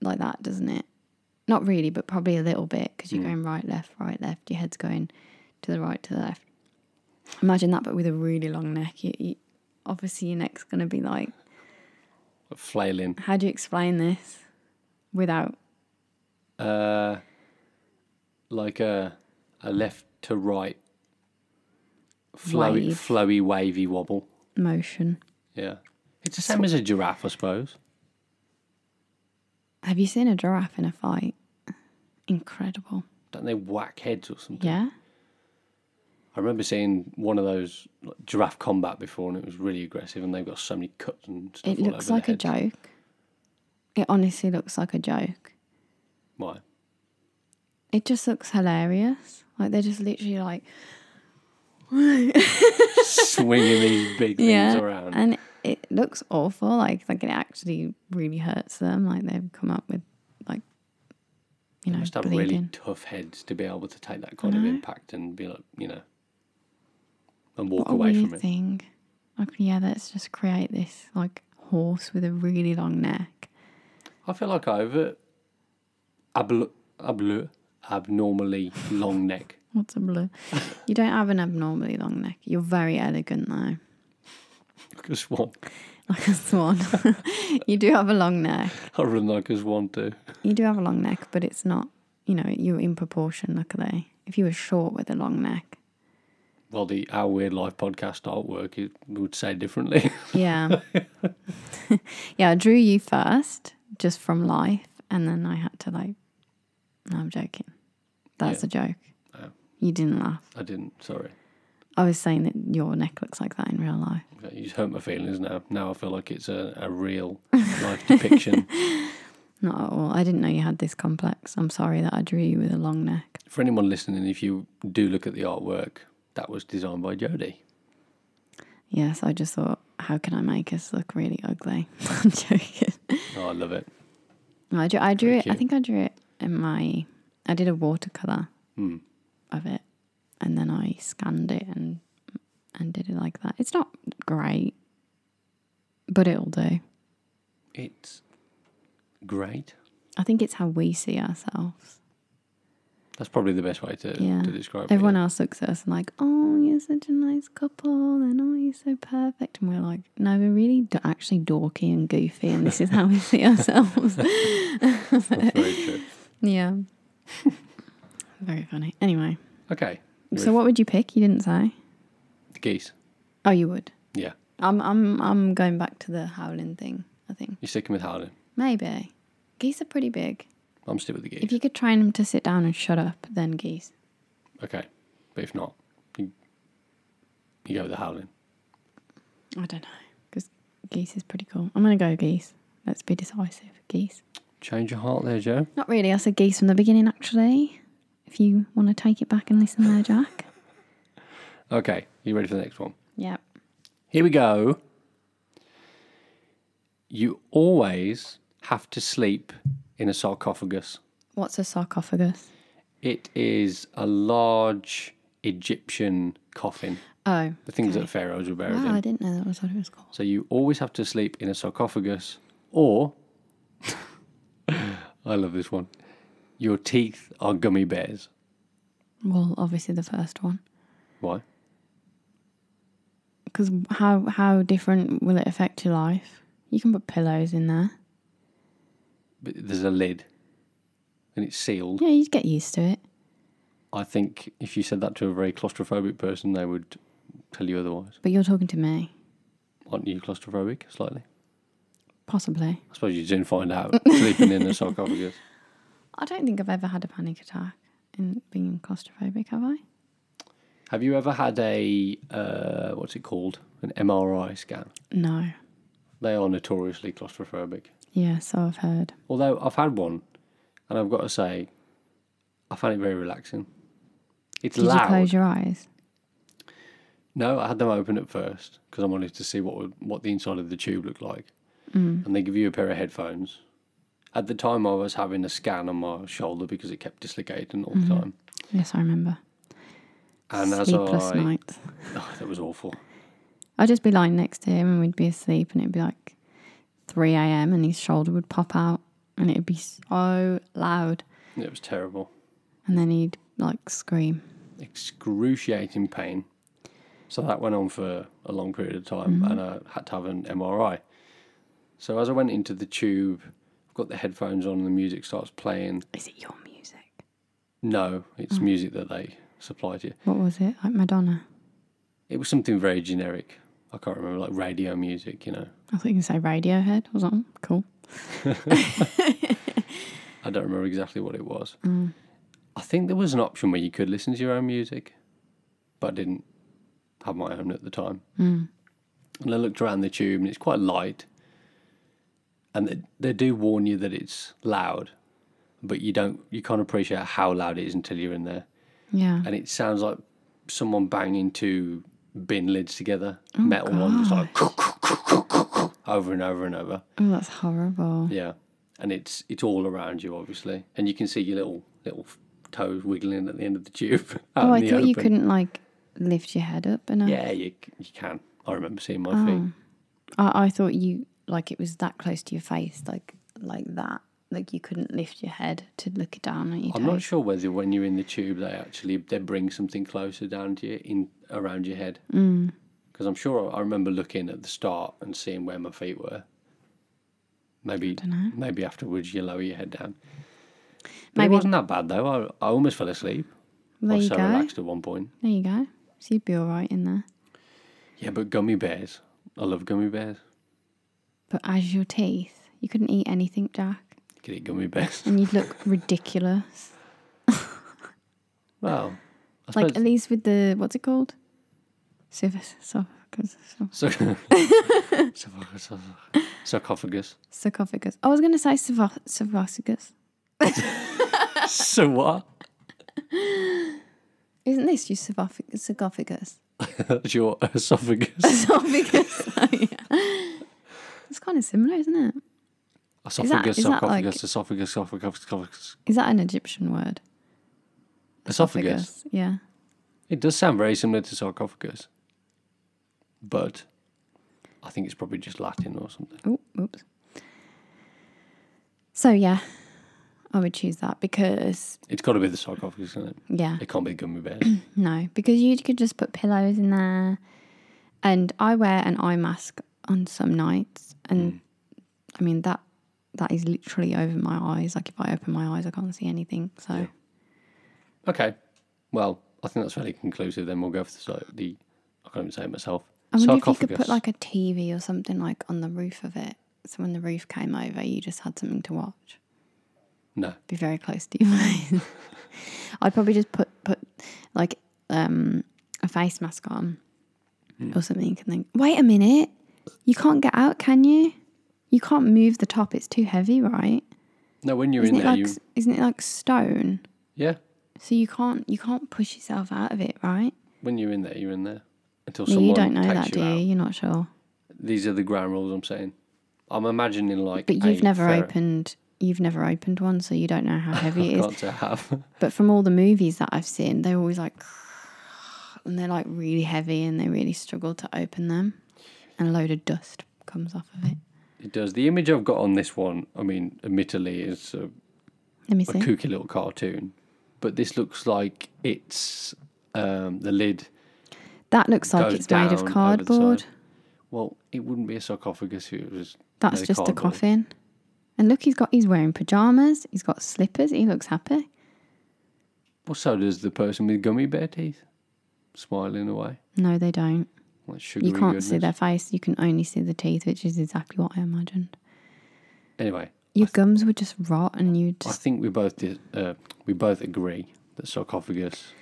Speaker 2: like that, doesn't it? Not really, but probably a little bit because you're going right, left, right, left. Your head's going to the right, to the left. Imagine that, but with a really long neck. You, you, obviously, your neck's going to be like,
Speaker 1: Flailing.
Speaker 2: how do you explain this without?
Speaker 1: Uh, like a, a left to right flowy,
Speaker 2: Wave.
Speaker 1: flowy, wavy wobble.
Speaker 2: Motion.
Speaker 1: Yeah. It's the same as a giraffe, I suppose.
Speaker 2: Have you seen a giraffe in a fight? Incredible.
Speaker 1: Don't they whack heads or something?
Speaker 2: Yeah.
Speaker 1: I remember seeing one of those like, giraffe combat before, and it was really aggressive, and they've got so many cuts and stuff.
Speaker 2: It
Speaker 1: all
Speaker 2: looks
Speaker 1: over
Speaker 2: like
Speaker 1: their
Speaker 2: a
Speaker 1: heads.
Speaker 2: joke. It honestly looks like a joke.
Speaker 1: Why?
Speaker 2: It just looks hilarious. Like they're just literally like
Speaker 1: Swinging these big things around.
Speaker 2: and it looks awful. Like like it actually really hurts them. Like they've come up with like you know
Speaker 1: Must have
Speaker 2: bleeding.
Speaker 1: really tough heads to be able to take that kind of impact and be like, you know, and walk
Speaker 2: what a
Speaker 1: away
Speaker 2: weird
Speaker 1: from it.
Speaker 2: thing. Like yeah, let's just create this like horse with a really long neck.
Speaker 1: I feel like I over abl- abl- abnormally long neck. [LAUGHS]
Speaker 2: What's a blue? you don't have an abnormally long neck. You're very elegant though, [LAUGHS]
Speaker 1: Like a swan.
Speaker 2: like a swan. [LAUGHS] you do have a long neck.
Speaker 1: I run like a swan too.
Speaker 2: You do have a long neck, but it's not, you know, you're in proportion, luckily. If you were short with a long neck.
Speaker 1: Well, the Our Weird Life podcast artwork it would say differently. [LAUGHS]
Speaker 2: Yeah. yeah, I drew you first, just from life, and then I had to, like, no, I'm joking. That's a joke.
Speaker 1: Oh.
Speaker 2: You didn't laugh.
Speaker 1: I didn't, sorry.
Speaker 2: I was saying that your neck looks like that in real life.
Speaker 1: You just hurt my feelings now. Now I feel like it's a, a real life
Speaker 2: [LAUGHS]
Speaker 1: depiction.
Speaker 2: Not at all. I didn't know you had this complex. I'm sorry that I drew you with a long neck.
Speaker 1: For anyone listening, if you do look at the artwork, that was designed by Jodie.
Speaker 2: Yes, I just thought, how can I make us look really ugly? [LAUGHS] I'm joking.
Speaker 1: Oh, I love it.
Speaker 2: No, I drew, I drew it. I
Speaker 1: cute.
Speaker 2: think I drew it in my. I did a watercolor of it, and then I scanned it and and did it like that. It's not great, but it'll do.
Speaker 1: It's great.
Speaker 2: I think it's how we see ourselves.
Speaker 1: That's probably the best way to,
Speaker 2: Yeah.
Speaker 1: to describe
Speaker 2: Everyone
Speaker 1: it.
Speaker 2: else looks at us and like, "Oh, you're such a nice couple," and "Oh, you're so perfect," and we're like, "No, we're really d- actually dorky and goofy, and this is how we see ourselves."
Speaker 1: That's very true.
Speaker 2: yeah, [LAUGHS] very funny. Anyway,
Speaker 1: Okay.
Speaker 2: [LAUGHS] so what would you pick? You didn't say.
Speaker 1: The geese.
Speaker 2: Oh, you would.
Speaker 1: Yeah.
Speaker 2: I'm I'm I'm going back to the howling thing. I think
Speaker 1: You're sticking with Howling.
Speaker 2: maybe geese are pretty big.
Speaker 1: I'm sticking with the
Speaker 2: If
Speaker 1: geese.
Speaker 2: you could train them to sit down and shut up, then geese.
Speaker 1: Okay. But if not, you, you go with the Howling.
Speaker 2: I don't know because geese is pretty cool. I'm gonna go geese. Let's be decisive. Geese.
Speaker 1: Change your heart there, Joe.
Speaker 2: Not really. I said geese from the beginning, actually. If you want to take it back and listen there, Jack.
Speaker 1: Okay, you ready for the next one?
Speaker 2: [LAUGHS] Yep.
Speaker 1: Here we go. You always have to sleep in a sarcophagus.
Speaker 2: What's a sarcophagus?
Speaker 1: It is a large Egyptian coffin,
Speaker 2: Oh.
Speaker 1: the things
Speaker 2: okay.
Speaker 1: that pharaohs were buried
Speaker 2: Wow, I
Speaker 1: in.
Speaker 2: didn't know that was what it was called.
Speaker 1: So you always have to sleep in a sarcophagus, or [LAUGHS] I love this one. Your teeth are gummy bears.
Speaker 2: Well, obviously the first one.
Speaker 1: Why?
Speaker 2: Because how how different will it affect your life? You can put pillows in there.
Speaker 1: But There's a lid, and it's sealed.
Speaker 2: Yeah, you'd get used to it.
Speaker 1: I think if you said that to a very claustrophobic person, they would tell you otherwise.
Speaker 2: But you're talking to me,
Speaker 1: Aren't you claustrophobic slightly?
Speaker 2: possibly.
Speaker 1: I suppose you soon find
Speaker 2: [LAUGHS]
Speaker 1: out sleeping in a sarcophagus.
Speaker 2: I don't think I've ever had a panic attack in being claustrophobic, have I?
Speaker 1: Have you ever had a uh, what's it called? An MRI scan.
Speaker 2: No.
Speaker 1: They are notoriously claustrophobic.
Speaker 2: Yeah, so I've heard.
Speaker 1: Although I've had one, and I've got to say, I found it very relaxing. It's
Speaker 2: Did you
Speaker 1: loud.
Speaker 2: close your eyes?
Speaker 1: No, I had them open at first because I wanted to see what would, what the inside of the tube looked like,
Speaker 2: Mm.
Speaker 1: and they give you a pair of headphones. At the time, I was having a scan on my shoulder because it kept dislocating all
Speaker 2: Mm-hmm.
Speaker 1: the time,
Speaker 2: Yes, I remember.
Speaker 1: and
Speaker 2: Sleepless
Speaker 1: as I
Speaker 2: nights.
Speaker 1: Oh, [SIGHS] that was awful.
Speaker 2: I'd just be lying next to him and we'd be asleep and it'd be like 3 a.m. and his shoulder would pop out and it'd be so loud.
Speaker 1: It was terrible,
Speaker 2: And then he'd like scream.
Speaker 1: excruciating pain. So that went on for a long period of time, and I had to have an MRI. So as I went into the tube, I've got the headphones on, and the music starts playing.
Speaker 2: Is it your music?
Speaker 1: No, it's music that they supply to you.
Speaker 2: What was it? Like Madonna.
Speaker 1: It was something very generic. I can't remember, like radio music, you know.
Speaker 2: I thought you can say Radiohead or something. Cool.
Speaker 1: I don't remember exactly what it was. I think there was an option where you could listen to your own music, but I didn't have my own at the time. And I looked around the tube and it's quite light. And they, they do warn you that it's loud, but you don't you can't appreciate how loud it is until you're in there.
Speaker 2: Yeah.
Speaker 1: and it sounds like someone banging two bin lids together, metal ones, like [LAUGHS] over and over and over.
Speaker 2: Oh, that's horrible.
Speaker 1: Yeah, and it's it's all around you, obviously, and you can see your little little toes wiggling at the end of the tube. [LAUGHS] out in
Speaker 2: Oh, I
Speaker 1: the
Speaker 2: thought you
Speaker 1: open.
Speaker 2: couldn't uh, like lift your head up enough.
Speaker 1: Yeah, you you can. I remember seeing my feet.
Speaker 2: Oh, I, I thought you like it was that close to your face, like like that. Like you couldn't lift your head to look down at your
Speaker 1: I'm
Speaker 2: toes.
Speaker 1: not sure whether when you're in the tube they actually they bring something closer down to you in around your head.
Speaker 2: Mm.
Speaker 1: Because I'm sure I remember looking at the start and seeing where my feet were. Maybe
Speaker 2: dunno.
Speaker 1: maybe afterwards you lower your head down. But
Speaker 2: Maybe-
Speaker 1: it wasn't that bad though. I, I almost fell asleep. I
Speaker 2: there
Speaker 1: was
Speaker 2: you
Speaker 1: so
Speaker 2: go.
Speaker 1: relaxed at one point.
Speaker 2: There you go. So you'd be all right in there.
Speaker 1: Yeah, but gummy bears. I love gummy bears.
Speaker 2: But as your teeth, you couldn't eat anything, Jack,
Speaker 1: You could eat gummy bears.
Speaker 2: and
Speaker 1: [LAUGHS]
Speaker 2: you'd look ridiculous.
Speaker 1: Well, I suppose.
Speaker 2: Like at least with the what's it called? Sarcophagus. sarcophagus-
Speaker 1: [LAUGHS]
Speaker 2: [LAUGHS]
Speaker 1: Sarcophagus. Sarcophagus.
Speaker 2: Sarcophagus. I was going to say sarco- sarcophagus.
Speaker 1: So what?
Speaker 2: Isn't this just sarcophagus? Sarcophagus.
Speaker 1: That's your esophagus.
Speaker 2: [LAUGHS] Oh, Sarcophagus. It's kind of similar, isn't it?
Speaker 1: Esophagus,
Speaker 2: is that like-
Speaker 1: sarcophagus, esophagus, esophagus, esophagus,
Speaker 2: Is that an Egyptian word?
Speaker 1: esophagus.
Speaker 2: Yeah.
Speaker 1: It does sound very similar to sarcophagus, but I think it's probably just Latin or something.
Speaker 2: Oh, oops. So yeah, I would choose that because
Speaker 1: It's got to be the sarcophagus, isn't it?
Speaker 2: yeah,
Speaker 1: It can't be gummy bears.
Speaker 2: [CLEARS THROAT] no, because you could just put pillows in there, and I wear an eye mask on some nights, and I mean that that is literally over my eyes. Like if I open my eyes, I can't see anything. So
Speaker 1: okay, well, I think that's fairly conclusive. Then we'll go for the, sar- the I can't even say it myself.
Speaker 2: I wonder if you could put like a TV or something like on the roof of it. So when the roof came over, you just had something to watch.
Speaker 1: no,
Speaker 2: be very close to your [LAUGHS] face. I'd probably just put put like um, a face mask on
Speaker 1: Hmm.
Speaker 2: or something, and think, wait a minute, you can't get out, can you? You can't move the top; it's too heavy, right?
Speaker 1: No, when you're
Speaker 2: Isn't
Speaker 1: in
Speaker 2: it
Speaker 1: there,
Speaker 2: like
Speaker 1: you
Speaker 2: s- isn't it like stone?
Speaker 1: yeah.
Speaker 2: So you can't you can't push yourself out of it, right?
Speaker 1: When you're in there, you're in there until
Speaker 2: No,
Speaker 1: someone
Speaker 2: you don't know
Speaker 1: takes
Speaker 2: that, do
Speaker 1: you
Speaker 2: you?
Speaker 1: out.
Speaker 2: You're not sure.
Speaker 1: These are the ground rules I'm saying. I'm imagining like.
Speaker 2: But you've
Speaker 1: a
Speaker 2: never
Speaker 1: ferret.
Speaker 2: opened you've never opened one, so you don't
Speaker 1: [LAUGHS]
Speaker 2: know
Speaker 1: Oh
Speaker 2: how heavy it is.
Speaker 1: Got to have. [LAUGHS]
Speaker 2: But from all the movies that I've seen, they're always like [SIGHS] and they're like really heavy and they really struggle to open them. And a load of dust comes off of it.
Speaker 1: It does. The image I've got on this one, I mean, admittedly, is a,
Speaker 2: Let me
Speaker 1: a
Speaker 2: see.
Speaker 1: kooky little cartoon, but this looks like it's um, the lid.
Speaker 2: That looks like
Speaker 1: goes
Speaker 2: it's made
Speaker 1: down
Speaker 2: of
Speaker 1: over the
Speaker 2: cardboard.
Speaker 1: side. Well, it wouldn't be a sarcophagus if it was.
Speaker 2: That's
Speaker 1: made of
Speaker 2: just a
Speaker 1: cardboard.
Speaker 2: coffin. And look, he's got he's wearing pajamas, he's got slippers, he looks happy.
Speaker 1: Well, so does the person with gummy bear teeth, smiling away.
Speaker 2: No, they don't.
Speaker 1: Like sugary
Speaker 2: You can't
Speaker 1: goodness.
Speaker 2: see their face, you can only see the teeth, which is exactly what I imagined.
Speaker 1: Anyway,
Speaker 2: Your gums would just rot and you
Speaker 1: I
Speaker 2: just
Speaker 1: think we both did, uh, we both agree that sarcophagus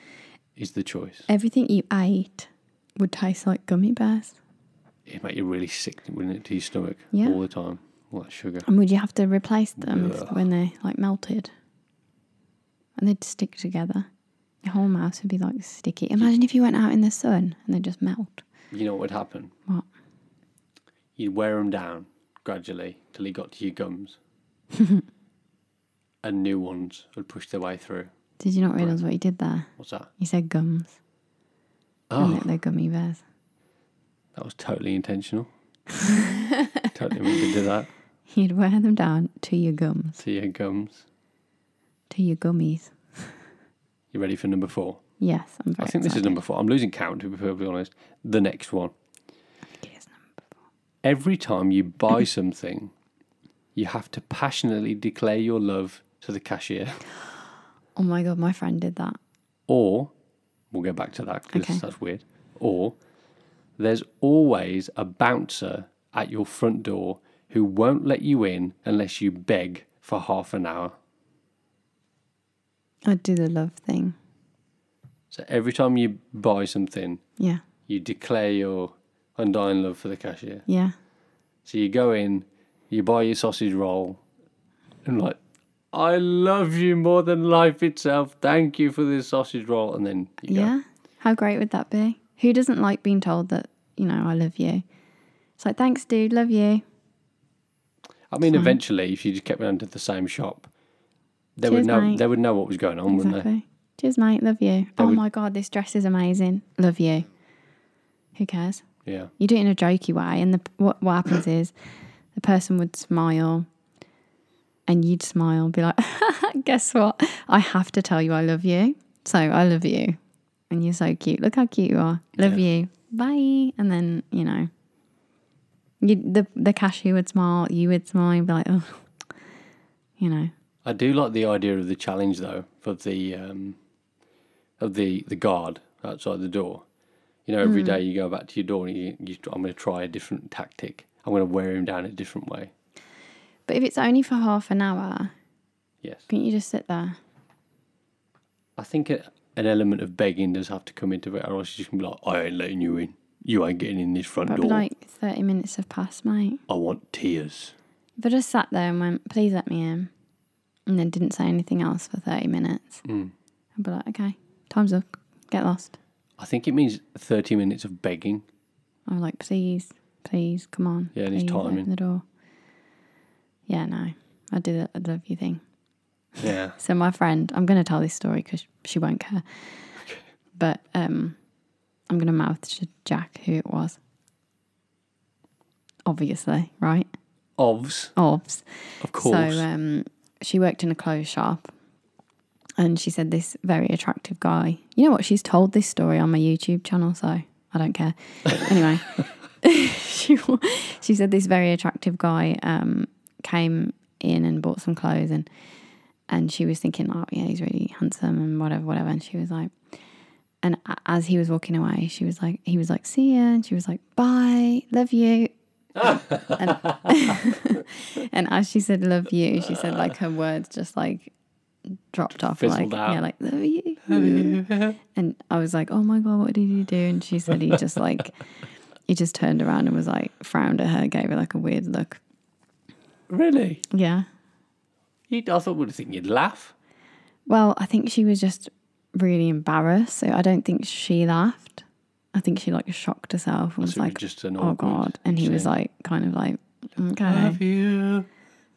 Speaker 1: is the choice.
Speaker 2: everything you ate would taste like gummy bears.
Speaker 1: It'd make you really sick, wouldn't it, to your stomach
Speaker 2: Yeah.
Speaker 1: all the time? All that sugar.
Speaker 2: And would you have to replace them if-
Speaker 1: Ugh.
Speaker 2: when they like melted? And they'd stick together. Your whole mouth would be like sticky. Imagine if you went out in the sun and they just melt.
Speaker 1: You know what would happen?
Speaker 2: What?
Speaker 1: You'd wear them down gradually till you got to your
Speaker 2: [LAUGHS]
Speaker 1: gums. and new ones would push their way through.
Speaker 2: Did you not realise what you did there?
Speaker 1: What's that?
Speaker 2: You said gums. And
Speaker 1: Oh,
Speaker 2: that they're gummy bears. [LAUGHS]
Speaker 1: that was totally intentional. totally meant to do that
Speaker 2: You'd wear them down to your gums,
Speaker 1: to your gums.
Speaker 2: to your gummies.
Speaker 1: You ready for number four?
Speaker 2: Yes, I'm
Speaker 1: I
Speaker 2: very
Speaker 1: think this is
Speaker 2: excited.
Speaker 1: number four. I'm losing count, to be perfectly honest. The next one.
Speaker 2: It is number-
Speaker 1: Every time you buy something, you have to passionately declare your love to the cashier.
Speaker 2: Oh my god, my friend did that.
Speaker 1: Or, we'll go back to that because
Speaker 2: Okay.
Speaker 1: that's weird. Or, there's always a bouncer at your front door who won't let you in unless you beg for half an hour.
Speaker 2: I do the love thing.
Speaker 1: So every time you buy something,
Speaker 2: Yeah,
Speaker 1: you declare your undying love for the cashier.
Speaker 2: yeah.
Speaker 1: So you go in, you buy your sausage roll, and like, I love you more than life itself. Thank you for this sausage roll. And then you go,
Speaker 2: Yeah. How great would that be? Who doesn't like being told that, you know, I love you? It's like, thanks, dude, love you.
Speaker 1: I mean, eventually, if you just kept going to the same shop, they would
Speaker 2: Cheers,
Speaker 1: know.
Speaker 2: mate.
Speaker 1: They would know what was going on, wouldn't
Speaker 2: Exactly. Cheers, mate, love you. oh
Speaker 1: would-
Speaker 2: my God, this dress is amazing. Love you. Who cares?
Speaker 1: they? Yeah.
Speaker 2: You do it in a jokey way, and the, what, what happens is the person would smile, and you'd smile, be like, [LAUGHS] "Guess what? I have to tell you I love you, so I love you, and you're so cute. Look how cute you are. Love you. Bye." And then you know, you the the cashier would smile, you would smile, and be like, "Oh, you know,
Speaker 1: I do like the idea of the challenge though, of the um, of the the guard outside the door. You know, every
Speaker 2: Hmm.
Speaker 1: day you go back to your door and you, you I'm going to try a different tactic. I'm going to wear him down a different way.
Speaker 2: but if it's only for half an hour,
Speaker 1: Yes,
Speaker 2: couldn't you just sit there?"
Speaker 1: I think a, an element of begging does have to come into it, or else you can be like, I ain't letting you in. You ain't getting in this front
Speaker 2: That'd
Speaker 1: door.
Speaker 2: be like thirty minutes have passed, mate.
Speaker 1: I want tears.
Speaker 2: If I just sat there and went, please let me in, and then didn't say anything else for 30 minutes,
Speaker 1: Hmm.
Speaker 2: I'd be like, okay, time's up, get lost.
Speaker 1: I think it means 30 minutes of begging.
Speaker 2: I'm like, please, please, come on.
Speaker 1: Yeah, and
Speaker 2: please,
Speaker 1: it's timing.
Speaker 2: Open the door. Yeah, no, I do the I love you thing.
Speaker 1: [LAUGHS] Yeah.
Speaker 2: So my friend, I'm going to tell this story because she
Speaker 1: [LAUGHS]
Speaker 2: won't care. But um, I'm going to mouth to Jack who it was. Obviously, right?
Speaker 1: Ovs,
Speaker 2: Obs.
Speaker 1: of course.
Speaker 2: So um, she worked in a clothes shop and she said this very attractive guy. You know what? She's told this story on my YouTube channel, so I don't care. anyway, [LAUGHS] she, wa- she said this very attractive guy um, came in and bought some clothes and and she was thinking, oh, yeah, he's really handsome and whatever, whatever. And she was like, and a- as he was walking away, she was like, he was like, see ya. And she was like, bye, love you. and, [LAUGHS] and as she said, love you, she said, like, her words just like dropped off.
Speaker 1: Fizzled
Speaker 2: Like,
Speaker 1: out.
Speaker 2: yeah, like, love you. and I was like, oh my God, what did he do? And she said, he just like, he just turned around and was like, frowned at her, gave her like a weird look.
Speaker 1: really?
Speaker 2: Yeah.
Speaker 1: You'd, I thought would have think you'd laugh.
Speaker 2: Well, I think she was just really embarrassed. So I don't think she laughed. I think she like shocked herself and was
Speaker 1: So it was
Speaker 2: like,
Speaker 1: just an
Speaker 2: oh
Speaker 1: awkward
Speaker 2: God. And he was
Speaker 1: scene.
Speaker 2: like, kind of like, okay.
Speaker 1: Love you.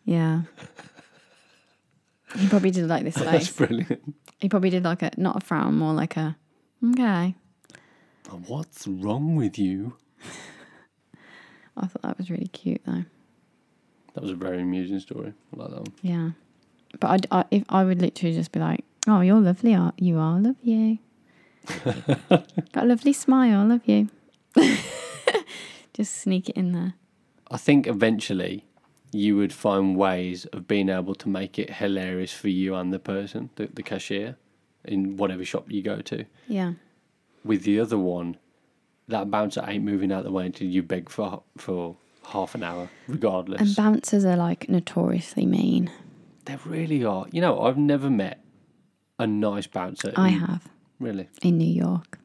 Speaker 2: Yeah. He probably did
Speaker 1: [LAUGHS]
Speaker 2: like this
Speaker 1: That's
Speaker 2: face.
Speaker 1: brilliant.
Speaker 2: He probably did like a, not a frown, more like a, okay.
Speaker 1: What's wrong with you?
Speaker 2: I thought that was really cute though.
Speaker 1: That was a very amusing story. I like that one.
Speaker 2: Yeah. But I'd, I, if I would literally just be like, oh, you're lovely. are- You are. Love
Speaker 1: [LAUGHS]
Speaker 2: you. Got a lovely smile. Love you. [LAUGHS] just sneak it in there.
Speaker 1: I think eventually you would find ways of being able to make it hilarious for you and the person, the, the cashier, in whatever shop you go to.
Speaker 2: Yeah.
Speaker 1: With the other one, that bouncer ain't moving out the way until you beg for for half an hour, regardless.
Speaker 2: And bouncers are like notoriously mean.
Speaker 1: They really are. You know, I've never met a nice bouncer.
Speaker 2: I
Speaker 1: in-
Speaker 2: have
Speaker 1: Really?
Speaker 2: in New York.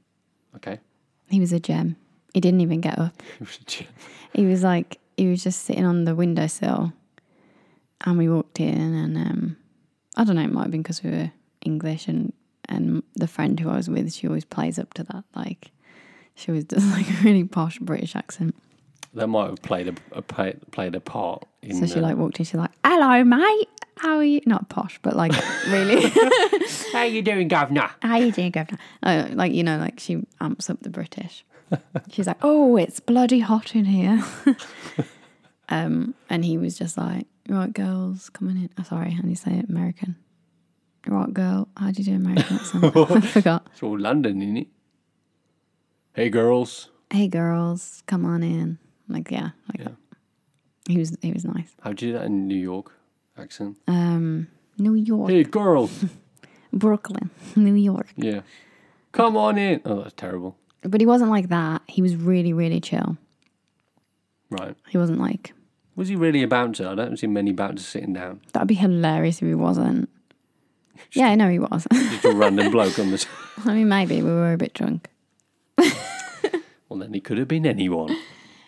Speaker 1: Okay. [LAUGHS]
Speaker 2: He was a gem. He didn't even get up. He was like, he was just sitting on the windowsill. And we walked in, and um, I don't know, it might have been because we were English, and, and the friend who I was with, she always plays up to that. Like, she always does [LAUGHS] like a really posh British accent.
Speaker 1: that might have played a, a play, played a part in
Speaker 2: So she
Speaker 1: the-
Speaker 2: like walked in, she's like, hello, mate. How are you? Not posh, but like really.
Speaker 1: [LAUGHS] How you doing, governor?
Speaker 2: How you doing, Governor? Oh, like you know, like she amps up the British. She's like, "Oh, it's bloody hot in here," [LAUGHS] um, and he was just like, "Right, girls, coming in." Oh, sorry, how do you say it, American? Right, girl, how do you do American accent? I forgot.
Speaker 1: It's all London, isn't it? Hey girls.
Speaker 2: Hey, girls, come on in. Like, yeah, like that. He was, he was nice.
Speaker 1: How do you do that in New York accent?
Speaker 2: Um, New York,
Speaker 1: Hey girls.
Speaker 2: Brooklyn, [LAUGHS] New York,
Speaker 1: yeah. Come on in. Oh, that's terrible.
Speaker 2: but he wasn't like that. He was really, really chill.
Speaker 1: Right.
Speaker 2: He wasn't like
Speaker 1: Was he really a bouncer? I don't see many bouncers sitting down.
Speaker 2: That'd be hilarious if he wasn't. Yeah, I know he was. [LAUGHS]
Speaker 1: Just a random bloke on the. s-
Speaker 2: I mean, maybe we were a bit drunk.
Speaker 1: Well, then he could have been anyone.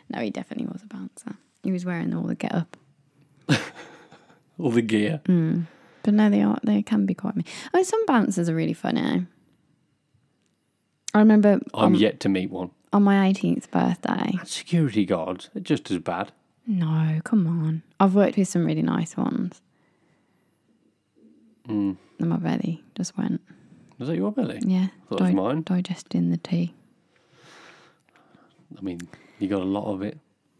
Speaker 2: No, he definitely was a bouncer. He was wearing all the get up.
Speaker 1: All the gear.
Speaker 2: But no, they are they can be quite mean. Oh, some bouncers are really funny. I remember
Speaker 1: I'm yet to meet one.
Speaker 2: on my 18th birthday.
Speaker 1: Security guards are just as bad.
Speaker 2: No, come on. I've worked with some really nice ones.
Speaker 1: Mm.
Speaker 2: And my belly just went,
Speaker 1: Was that your belly?
Speaker 2: yeah.
Speaker 1: Thought it was mine.
Speaker 2: Digesting the tea.
Speaker 1: I mean, you got a lot of it.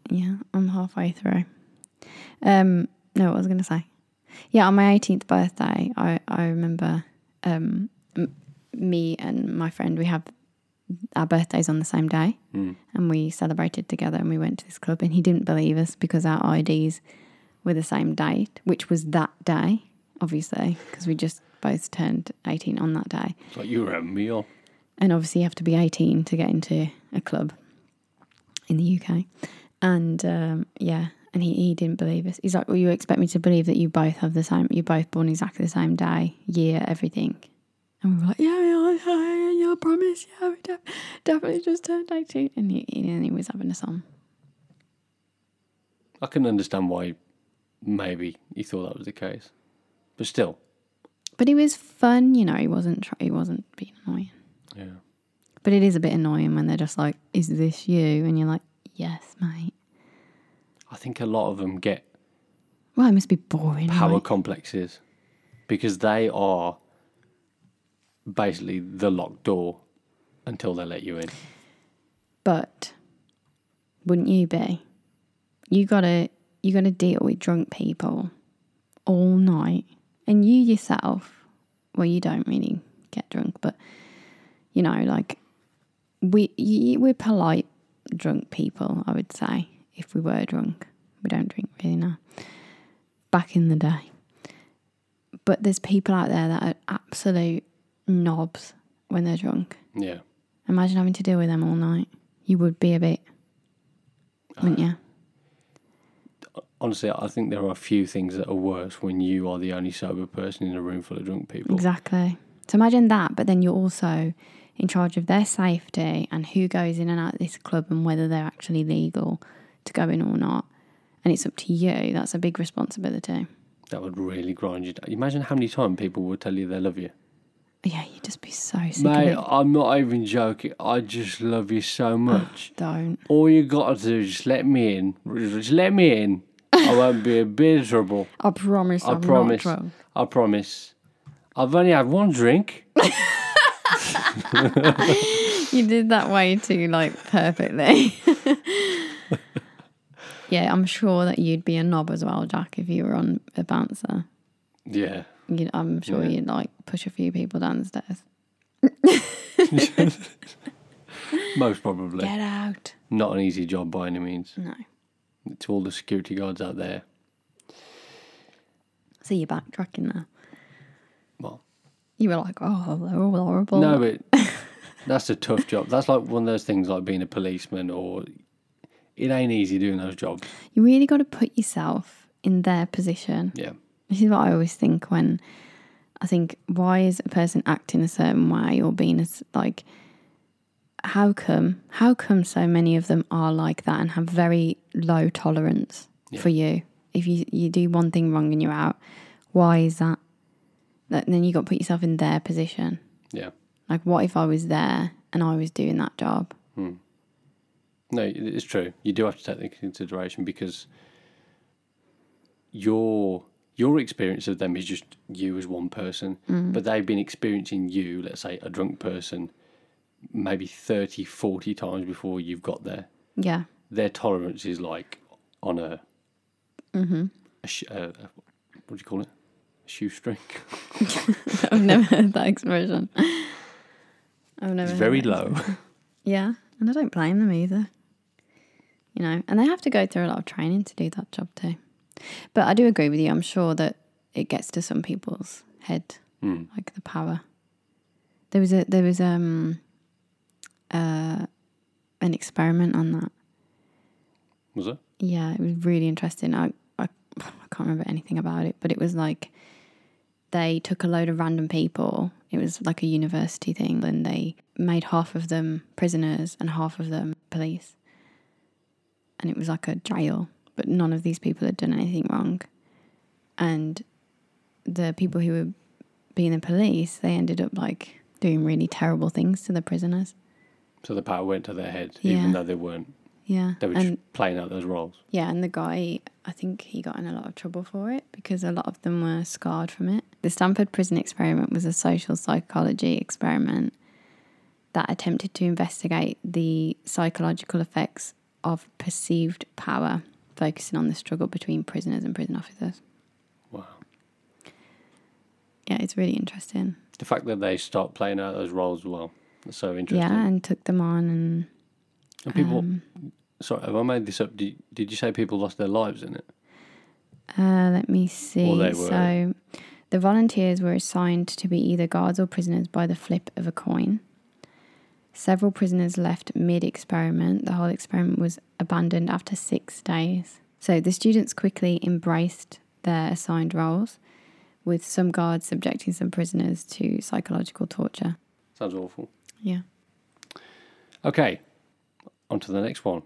Speaker 2: Yeah, I'm halfway through. Um, no, what was I going to say? Yeah, on my 18th birthday, I, I remember um, m- me and my friend, we have our birthdays on the same day and we celebrated together and we went to this club and he didn't believe us because our IDs were the same date, which was that day, obviously, because we just both turned 18 on that day.
Speaker 1: It's like you were a meal.
Speaker 2: And obviously, you have to be 18 to get into a club in the UK. And um, yeah, and he, he didn't believe us. He's like, Well, you expect me to believe that you both have the same, you're both born exactly the same day, year, everything. And we were like, Yeah, yeah, yeah, yeah, I promise. Yeah, we def- definitely just turned 18. And he, he- and he was having us on.
Speaker 1: I can understand why maybe you thought that was the case. But still.
Speaker 2: But he was fun, you know, he wasn't, try- he wasn't being annoying.
Speaker 1: Yeah.
Speaker 2: But it is a bit annoying when they're just like, Is this you? And you're like, Yes, mate.
Speaker 1: I think a lot of them get
Speaker 2: Well, it must be boring.
Speaker 1: power
Speaker 2: right?
Speaker 1: complexes because they are basically the locked door until they let you in.
Speaker 2: But wouldn't you be? You gotta you gotta deal with drunk people all night. And you yourself well, you don't really get drunk, but you know, like we y- we're polite drunk people, I would say, if we were drunk. We don't drink really now. Back in the day. But there's people out there that are absolute knobs when they're drunk.
Speaker 1: Yeah.
Speaker 2: Imagine having to deal with them all night. You would be a bit, wouldn't you?
Speaker 1: Honestly, I think there are a few things that are worse when you are the only sober person in a room full of drunk
Speaker 2: Oh.
Speaker 1: people.
Speaker 2: Exactly. So imagine that, but then you're also in charge of their safety and who goes in and out of this club and whether they're actually legal to go in or not. And it's up to you. That's a big responsibility.
Speaker 1: That would really grind you down. Imagine how many times people will tell you they love you.
Speaker 2: Yeah, you'd just be so sick
Speaker 1: Mate,
Speaker 2: of it.
Speaker 1: I'm not even joking. I just love you so
Speaker 2: [SIGHS]
Speaker 1: much.
Speaker 2: Don't.
Speaker 1: All you gotta do is just let me in. Just let me in. I won't be
Speaker 2: [LAUGHS]
Speaker 1: miserable.
Speaker 2: I promise
Speaker 1: I
Speaker 2: I'm
Speaker 1: promise.
Speaker 2: not drunk.
Speaker 1: I promise. I've only had one drink.
Speaker 2: [LAUGHS] You did that way too, like, perfectly. [LAUGHS] yeah, I'm sure that you'd be a knob as well, Jack, if you were on a bouncer.
Speaker 1: Yeah.
Speaker 2: You'd, I'm sure
Speaker 1: Yeah.
Speaker 2: you'd, like, push a few people down the stairs.
Speaker 1: Most probably.
Speaker 2: Get out.
Speaker 1: Not an easy job by any means.
Speaker 2: No.
Speaker 1: To all the security guards out there.
Speaker 2: So you're backtracking now.
Speaker 1: Well,
Speaker 2: You were like, oh, they're all horrible.
Speaker 1: no, but [LAUGHS] that's a tough job. That's like one of those things like being a policeman or it ain't easy doing those jobs.
Speaker 2: You really got to put yourself in their position.
Speaker 1: Yeah.
Speaker 2: This is what I always think when I think, why is a person acting a certain way or being as like, how come, how come so many of them are like that and have very low tolerance for you? If you, you do one thing wrong and you're out, why is that? Like, then you got to put yourself in their position.
Speaker 1: Yeah.
Speaker 2: Like, what if I was there and I was doing that job?
Speaker 1: No, it's true. You do have to take that into consideration because your your experience of them is just you as one person, but they've been experiencing you, let's say a drunk person, maybe 30, 40 times before you've got there.
Speaker 2: Yeah. [LAUGHS]
Speaker 1: Their tolerance is like on a,
Speaker 2: Mm-hmm.
Speaker 1: a, sh- a, a what do you call it? A shoestring.
Speaker 2: I've never heard that expression. I've never.
Speaker 1: It's
Speaker 2: heard
Speaker 1: very
Speaker 2: that
Speaker 1: low.
Speaker 2: Yeah, and I don't blame them either. You know, and they have to go through a lot of training to do that job too. But I do agree with you. I'm sure that it gets to some people's head,
Speaker 1: Hmm.
Speaker 2: like the power. There was a there was um uh an experiment on that.
Speaker 1: Was it?
Speaker 2: Yeah, it was really interesting. I, I I can't remember anything about it, but it was like they took a load of random people. It was like a university thing, and they made half of them prisoners and half of them police. And it was like a jail, but none of these people had done anything wrong. And the people who were being the police, they ended up like doing really terrible things to the prisoners.
Speaker 1: So the power went to their head,
Speaker 2: Yeah.
Speaker 1: even though they weren't.
Speaker 2: Yeah.
Speaker 1: They were
Speaker 2: and
Speaker 1: just playing out those roles.
Speaker 2: Yeah, and the guy, I think he got in a lot of trouble for it because a lot of them were scarred from it. The Stanford Prison Experiment was a social psychology experiment that attempted to investigate the psychological effects of perceived power, focusing on the struggle between prisoners and prison officers.
Speaker 1: Wow.
Speaker 2: Yeah, it's really interesting.
Speaker 1: The fact that they start playing out those roles well. That's so interesting.
Speaker 2: Yeah, um, and took them on and
Speaker 1: And people, sorry, have I made this up? Did, did you say people lost their lives in it?
Speaker 2: Uh, let me see.
Speaker 1: Or they were.
Speaker 2: So, the volunteers were assigned to be either guards or prisoners by the flip of a coin. Several prisoners left mid experiment. The whole experiment was abandoned after six days. So, the students quickly embraced their assigned roles, with some guards subjecting some prisoners to psychological torture.
Speaker 1: Sounds awful.
Speaker 2: Yeah.
Speaker 1: Okay, on to the next one.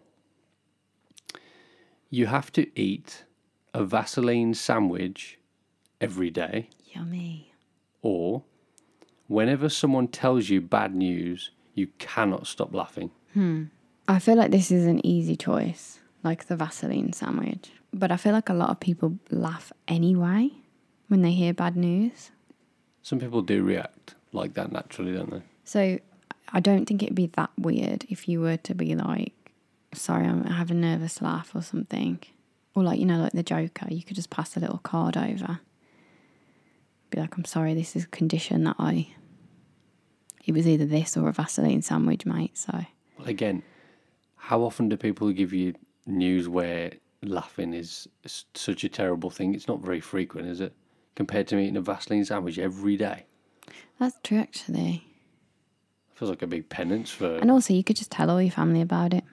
Speaker 1: You have to eat a Vaseline sandwich every day,
Speaker 2: Yummy.
Speaker 1: or whenever someone tells you bad news, you cannot stop laughing.
Speaker 2: I feel like this is an easy choice, like the Vaseline sandwich. But I feel like a lot of people laugh anyway when they hear bad news.
Speaker 1: Some people do react like that naturally, don't they?
Speaker 2: So I don't think it'd be that weird if you were to be like, sorry, I'm, I have a nervous laugh or something. Or like, you know, like the Joker, you could just pass a little card over. Be like, I'm sorry, this is a condition that I. It was either this or a Vaseline sandwich, mate. So
Speaker 1: Well, again, how often do people give you news where laughing is s- such a terrible thing? It's not very frequent, is it? Compared to me eating a Vaseline sandwich every day,
Speaker 2: that's true, actually.
Speaker 1: feels like a big penance for.
Speaker 2: And also, you could just tell all your family about it.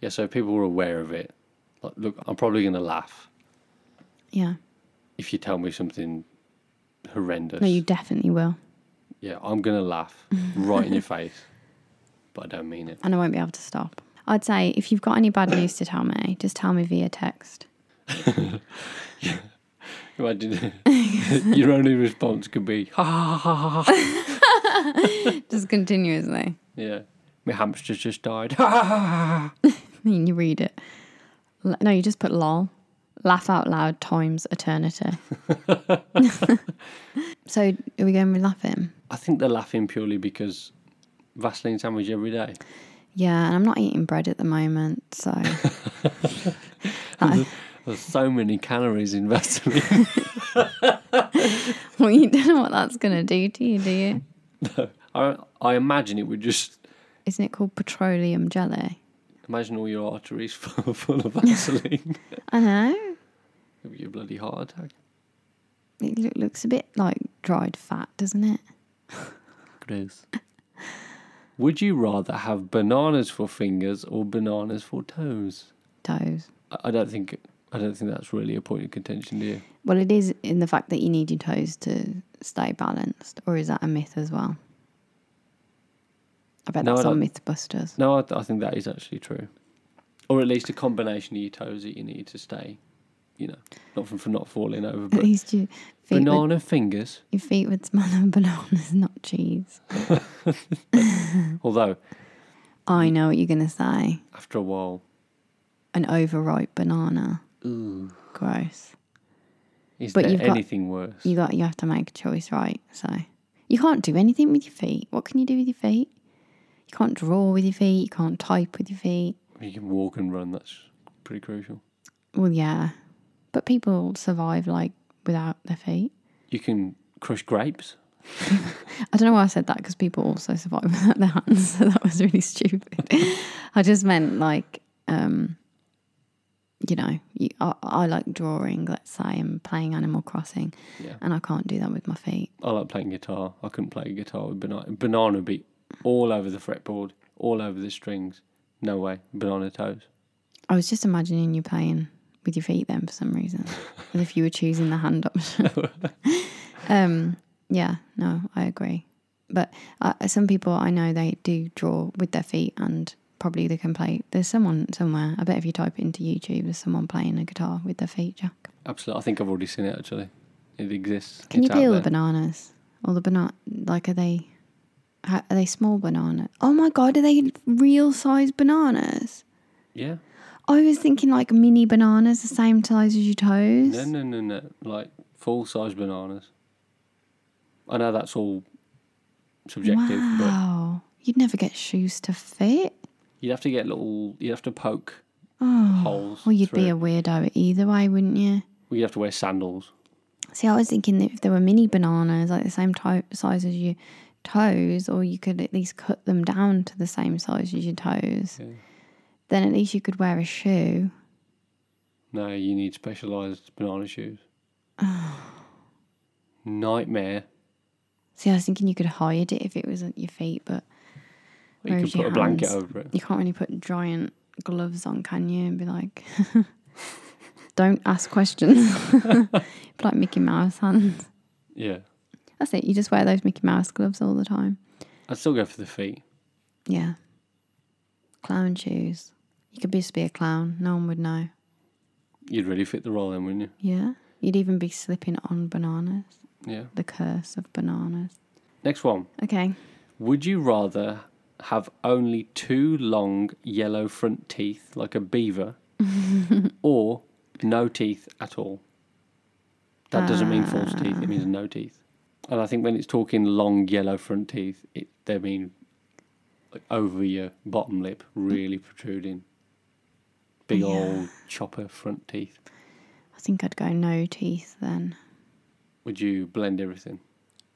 Speaker 1: Yeah, so if people were aware of it. Like, look, I'm probably going to laugh
Speaker 2: Yeah.
Speaker 1: if you tell me something horrendous.
Speaker 2: No, you definitely will.
Speaker 1: Yeah, I'm going to laugh right in your face, but I don't mean it.
Speaker 2: And I won't be able to stop. I'd say if you've got any bad news to tell me, just tell me via text.
Speaker 1: imagine [LAUGHS] your only response could be ha ha ha ha. ha.
Speaker 2: Just continuously.
Speaker 1: Yeah, my hamster's just died. [LAUGHS]
Speaker 2: Then you read it. L- No, you just put lol. Laugh out loud times eternity. [LAUGHS] so are we going with laughing?
Speaker 1: I think they're laughing purely because Vaseline sandwich every day.
Speaker 2: Yeah, and I'm not eating bread at the moment, so [LAUGHS]
Speaker 1: There's so many calories in Vaseline.
Speaker 2: well, you don't know what that's gonna do to you, do you?
Speaker 1: [LAUGHS] I, I imagine it would just
Speaker 2: Isn't it called petroleum jelly?
Speaker 1: imagine all your arteries [LAUGHS] full, full of Vaseline. [LAUGHS]
Speaker 2: I know.
Speaker 1: It'd be a bloody heart attack.
Speaker 2: It loo- looks a bit like dried fat, doesn't it?
Speaker 1: Gross. Would you rather have bananas for fingers or bananas for toes?
Speaker 2: Toes.
Speaker 1: I- I don't think I don't think that's really a point of contention, do you?
Speaker 2: Well, it is in the fact that you need your toes to stay balanced, or is that a myth as well? I bet
Speaker 1: No,
Speaker 2: that's
Speaker 1: I
Speaker 2: on MythBusters.
Speaker 1: No, I, th- I think that is actually true, or at least a combination of your toes that you need to stay, you know, not from for not falling over.
Speaker 2: At
Speaker 1: But
Speaker 2: least your [LAUGHS] feet, would,
Speaker 1: banana fingers,
Speaker 2: your feet would smell of [LAUGHS] bananas, not cheese.
Speaker 1: although
Speaker 2: I know what you're going to say.
Speaker 1: after a while,
Speaker 2: An overripe banana.
Speaker 1: ooh,
Speaker 2: Gross.
Speaker 1: is
Speaker 2: But
Speaker 1: there
Speaker 2: you've got-
Speaker 1: anything worse?
Speaker 2: You got. You have to make a choice, right? So you can't do anything with your feet. What can you do with your feet? You can't draw with your feet. You can't type with your feet.
Speaker 1: You can walk and run. That's pretty crucial.
Speaker 2: Well, yeah, but people survive like without their feet.
Speaker 1: You can crush grapes.
Speaker 2: I don't know why I said that because people also survive [LAUGHS] without their hands. So that was really [LAUGHS] stupid. I just meant like, um, you know, you, I, I like drawing, let's say, and playing Animal Crossing,
Speaker 1: Yeah,
Speaker 2: and I can't do that with my feet.
Speaker 1: I like playing guitar. I couldn't play guitar with banana. Banana would be all over the fretboard, all over the strings. No way, banana toes.
Speaker 2: I was just imagining you playing with your feet then for some reason, as if you were choosing the hand option. um, yeah, no, I agree. But uh, some people I know they do draw with their feet, and probably they can play. There's someone somewhere. I bet if you type it into YouTube, there's someone playing a guitar with their feet. Jack,
Speaker 1: Absolutely, I think I've already seen it. Actually, it exists.
Speaker 2: can
Speaker 1: It's
Speaker 2: you
Speaker 1: out
Speaker 2: peel
Speaker 1: there.
Speaker 2: the bananas or the banana? Like, are they ha- are they small banana? Oh my god, are they real size bananas?
Speaker 1: Yeah.
Speaker 2: I was thinking like mini bananas, the same size as your
Speaker 1: No,
Speaker 2: toes.
Speaker 1: no, no, no. Like full size bananas. I know that's all subjective, but
Speaker 2: Wow. You'd never get shoes to fit.
Speaker 1: you'd have to get little. You'd have to poke
Speaker 2: [GASPS]
Speaker 1: holes.
Speaker 2: Well, you'd be
Speaker 1: through.
Speaker 2: a weirdo either way, wouldn't you?
Speaker 1: Well, you'd have to wear sandals.
Speaker 2: See, I was thinking that if there were mini bananas, like the same to- size as your toes, or you could at least cut them down to the same size as your toes,
Speaker 1: Yeah.
Speaker 2: then at least you could wear a shoe.
Speaker 1: No, you need specialized banana
Speaker 2: [SIGHS]
Speaker 1: shoes. Nightmare.
Speaker 2: See, I was thinking you could hide it if it was at your feet, but
Speaker 1: You
Speaker 2: Where's
Speaker 1: could put
Speaker 2: your
Speaker 1: a blanket
Speaker 2: hands?
Speaker 1: over it.
Speaker 2: you can't really put giant gloves on, can you? And be like, [LAUGHS] don't ask questions. [LAUGHS] like Mickey Mouse hands.
Speaker 1: Yeah,
Speaker 2: That's it. You just wear those Mickey Mouse gloves all the time.
Speaker 1: I'd still go for the feet.
Speaker 2: Yeah. Clown shoes. You could just be a clown. No one would know.
Speaker 1: You'd really fit the role then, wouldn't
Speaker 2: Yeah. You'd even be slipping on bananas.
Speaker 1: you? Yeah.
Speaker 2: The curse of bananas.
Speaker 1: Next one.
Speaker 2: Okay.
Speaker 1: Would you rather have only two long yellow front teeth like a beaver or no teeth at all? That doesn't mean false teeth, it means no teeth. And I think when it's talking long yellow front teeth, it, they mean like over your bottom lip, really protruding. Big
Speaker 2: Yeah.
Speaker 1: old chopper front teeth.
Speaker 2: I think I'd go no teeth then.
Speaker 1: Would you blend everything?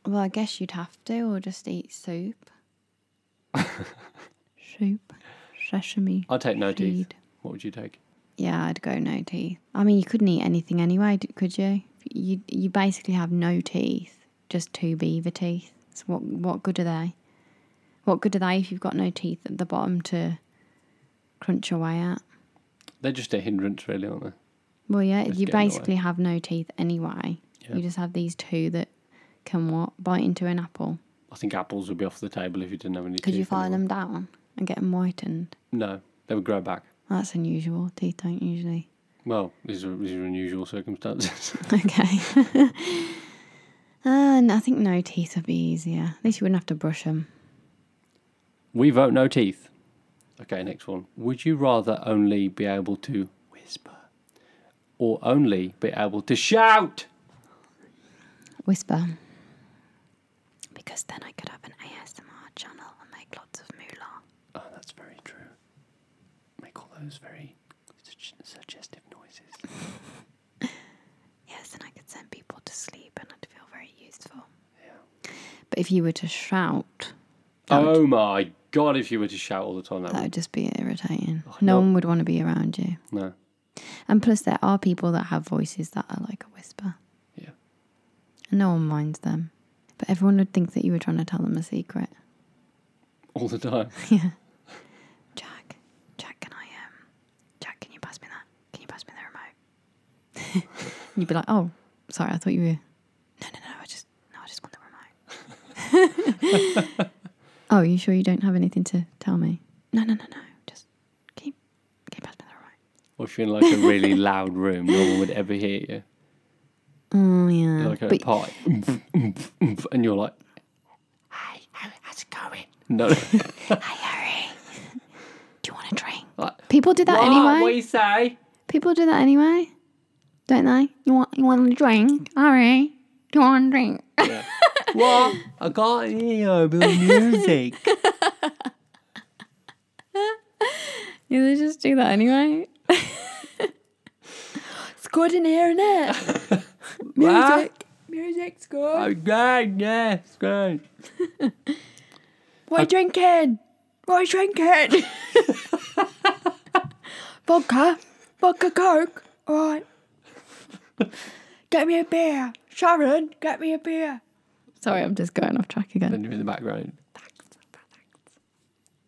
Speaker 2: Well, I guess you'd have to, or just
Speaker 1: [LAUGHS]
Speaker 2: eat soup. soup. Sesame.
Speaker 1: I'd take no teeth.
Speaker 2: seed.
Speaker 1: What would you take?
Speaker 2: Yeah, I'd go no teeth. I mean, you couldn't eat anything anyway, d- could you? You you basically have no teeth, just two beaver teeth. So what what good are they? What good are they if you've got no teeth at the bottom to crunch away at?
Speaker 1: They're just a hindrance, really, aren't they?
Speaker 2: Well, yeah,
Speaker 1: Just
Speaker 2: you
Speaker 1: get in the way.
Speaker 2: basically have no teeth anyway.
Speaker 1: Yeah.
Speaker 2: You just have these two that can what bite into an apple.
Speaker 1: I think apples would be off the table if you didn't have any
Speaker 2: Could
Speaker 1: teeth.
Speaker 2: you file
Speaker 1: anymore.
Speaker 2: them down and get them whitened?
Speaker 1: No, they would grow back.
Speaker 2: That's unusual. Teeth don't usually.
Speaker 1: Well, these are these are unusual circumstances. [LAUGHS]
Speaker 2: Okay. [LAUGHS] uh, no, I think no teeth would be easier. At least you wouldn't have to brush them.
Speaker 1: we vote no teeth. Okay, next one. Would you rather only be able to whisper, or only be able to shout?
Speaker 2: Whisper. Because then I could have an ASMR channel and make lots of moolah.
Speaker 1: Oh, that's very true. Make all those very sug- suggestive noises.
Speaker 2: Yes, and I could send people to sleep and I'd feel very useful. But if you were to shout, That
Speaker 1: oh my god! If you were to shout all the time, that
Speaker 2: that
Speaker 1: would
Speaker 2: would just be irritating. no,
Speaker 1: Oh, no.
Speaker 2: one would want to be around you.
Speaker 1: no.
Speaker 2: And plus, there are people that have voices that are like a whisper.
Speaker 1: Yeah.
Speaker 2: And no one minds them. But everyone would think that you were trying to tell them a secret.
Speaker 1: All the time.
Speaker 2: yeah. Jack, Jack, can I, um, Jack, can you pass me that? Can you pass me the remote? [LAUGHS] You'd be like, oh, sorry, I thought you were. No, no, no, I just, no, I just want the remote. [LAUGHS] oh, you sure you don't have anything to tell me? No, no, no, no, just can you, can you pass me the remote?
Speaker 1: Or if you're in like a really [LAUGHS] loud room, no one would ever hear you.
Speaker 2: Oh yeah,
Speaker 1: You're like at a
Speaker 2: but
Speaker 1: party, Mm, [LAUGHS] "Oomph, oomph, oomph," and you're like,
Speaker 2: hey, how- how's it going?
Speaker 1: no. [LAUGHS]
Speaker 2: Hey, Harry, do you want a drink?
Speaker 1: Like,
Speaker 2: People do that
Speaker 1: "What?
Speaker 2: anyway.
Speaker 1: What you say?
Speaker 2: People do that anyway, don't they? You want you want a drink? All right, do you want a drink? [LAUGHS]
Speaker 1: What? I can't hear the
Speaker 2: [LAUGHS]
Speaker 1: music.
Speaker 2: yeah, they just do that anyway. it's good in here, isn't it?
Speaker 1: Music.
Speaker 2: music's good.
Speaker 1: Oh, great, yeah, it's great.
Speaker 2: What are you drinking? What are you drinking? Vodka, vodka coke. All right. Get me a beer, Sharon. Get me a beer. Sorry, I'm just going off track again.
Speaker 1: And you're in the background.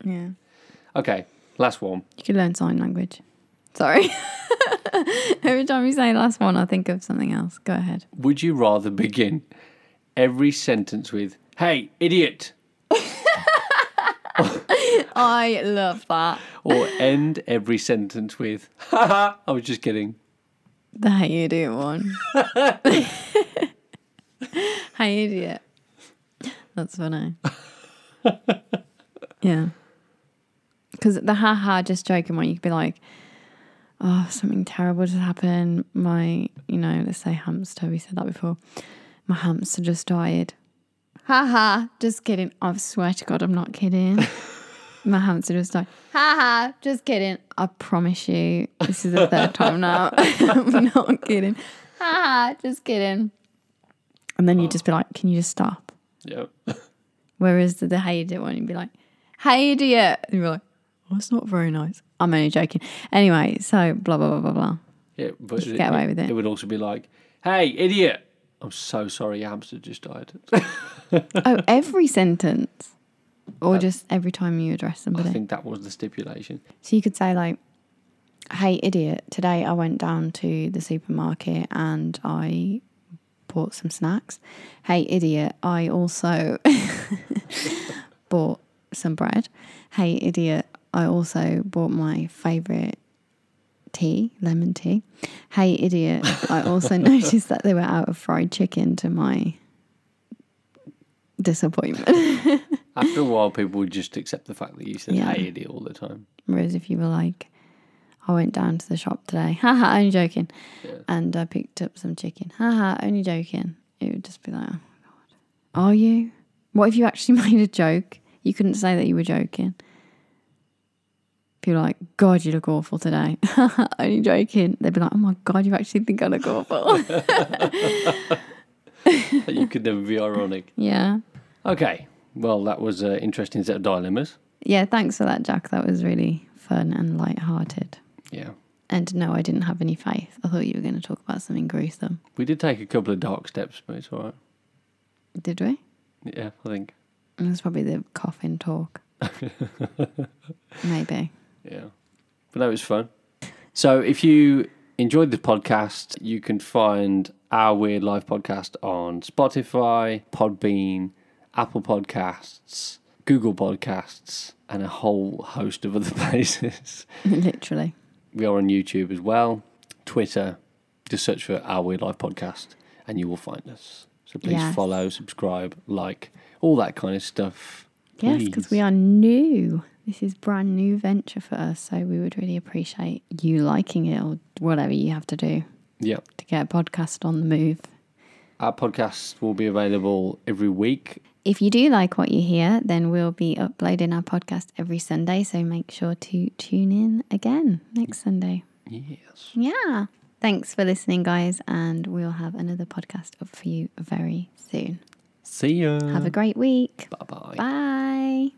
Speaker 2: Yeah.
Speaker 1: Okay, last one.
Speaker 2: You could learn sign language. Sorry. [LAUGHS] Every time you say last one, I think of something else. Go ahead.
Speaker 1: Would you rather begin every sentence with, hey, idiot,
Speaker 2: I love that.
Speaker 1: or end every sentence with, haha, I was just kidding.
Speaker 2: The hey idiot one. hey idiot. That's funny. yeah. Because the ha ha just joking one, you could be like, oh, something terrible just happened. My, you know, let's say hamster, we said that before. My hamster just died. Ha ha, just kidding. I swear to God, I'm not kidding. My hamster just died. Ha ha, just kidding. I promise you, this is the third time now. [LAUGHS] I'm not kidding. Ha ha, just kidding. And then you'd just be like, can you just stop?
Speaker 1: Yeah.
Speaker 2: Whereas the, the hey idiot one, you'd be like, hey idiot. And you're like, oh, it's not very nice. I'm only joking. Anyway, so blah, blah, blah, blah, blah.
Speaker 1: yeah but
Speaker 2: You get away with it.
Speaker 1: It would also be like, hey, idiot, I'm so sorry, your hamster just died. [LAUGHS]
Speaker 2: oh, every sentence. Or just every time you address somebody.
Speaker 1: I think that was the stipulation.
Speaker 2: So you could say like, "Hey idiot, today I went down to the supermarket and I bought some snacks. Hey idiot, I also [LAUGHS] bought some bread. Hey idiot, I also bought my favorite tea, lemon tea. Hey idiot, I also noticed that they were out of fried chicken to my disappointment.
Speaker 1: After a while, people would just accept the fact that you said,
Speaker 2: Yeah.
Speaker 1: hey, idiot, all the time.
Speaker 2: Whereas if you were like, I went down to the shop today, [LAUGHS] haha, only joking, and I picked up some chicken, haha, only joking, it would just be like, oh my god, are you? What if you actually [LAUGHS] made a joke? You couldn't say that you were joking. People are like, God, you look awful today. [LAUGHS] only joking. They'd be like, Oh my God, you actually think I look awful.
Speaker 1: you could never be
Speaker 2: [LAUGHS]
Speaker 1: ironic.
Speaker 2: yeah.
Speaker 1: Okay, well, that was an interesting set of dilemmas.
Speaker 2: Yeah, thanks for that, Jack. That was really fun and light-hearted.
Speaker 1: Yeah.
Speaker 2: And no, I didn't have any faith. I thought you were going to talk about something gruesome.
Speaker 1: We did take a couple of dark steps, but it's all right.
Speaker 2: Did we?
Speaker 1: Yeah, I think.
Speaker 2: That's probably the coffin talk. Maybe. [LAUGHS]
Speaker 1: Yeah. But that was fun. So if you enjoyed this podcast, you can find our Weird Life podcast on Spotify, Podbean, Apple Podcasts, Google Podcasts, and a whole host of other [LAUGHS] places.
Speaker 2: Literally.
Speaker 1: We are on YouTube as well. Twitter. Just search for Our Weird Life Podcast and you will find us. So please
Speaker 2: Yes.
Speaker 1: follow, subscribe, like, all that kind of stuff.
Speaker 2: Yes, because we
Speaker 1: Please.
Speaker 2: are new. This is brand new venture for us, so we would really appreciate you liking it or whatever you have to do
Speaker 1: Yep.
Speaker 2: to get a podcast on the move.
Speaker 1: Our podcast will be available every week.
Speaker 2: If you do like what you hear, then we'll be uploading our podcast every Sunday, so make sure to tune in again next Sunday.
Speaker 1: Yes.
Speaker 2: Yeah. Thanks for listening, guys, and we'll have another podcast up for you very soon.
Speaker 1: See ya. Mm.
Speaker 2: Have a great week.
Speaker 1: Bye-bye.
Speaker 2: Bye.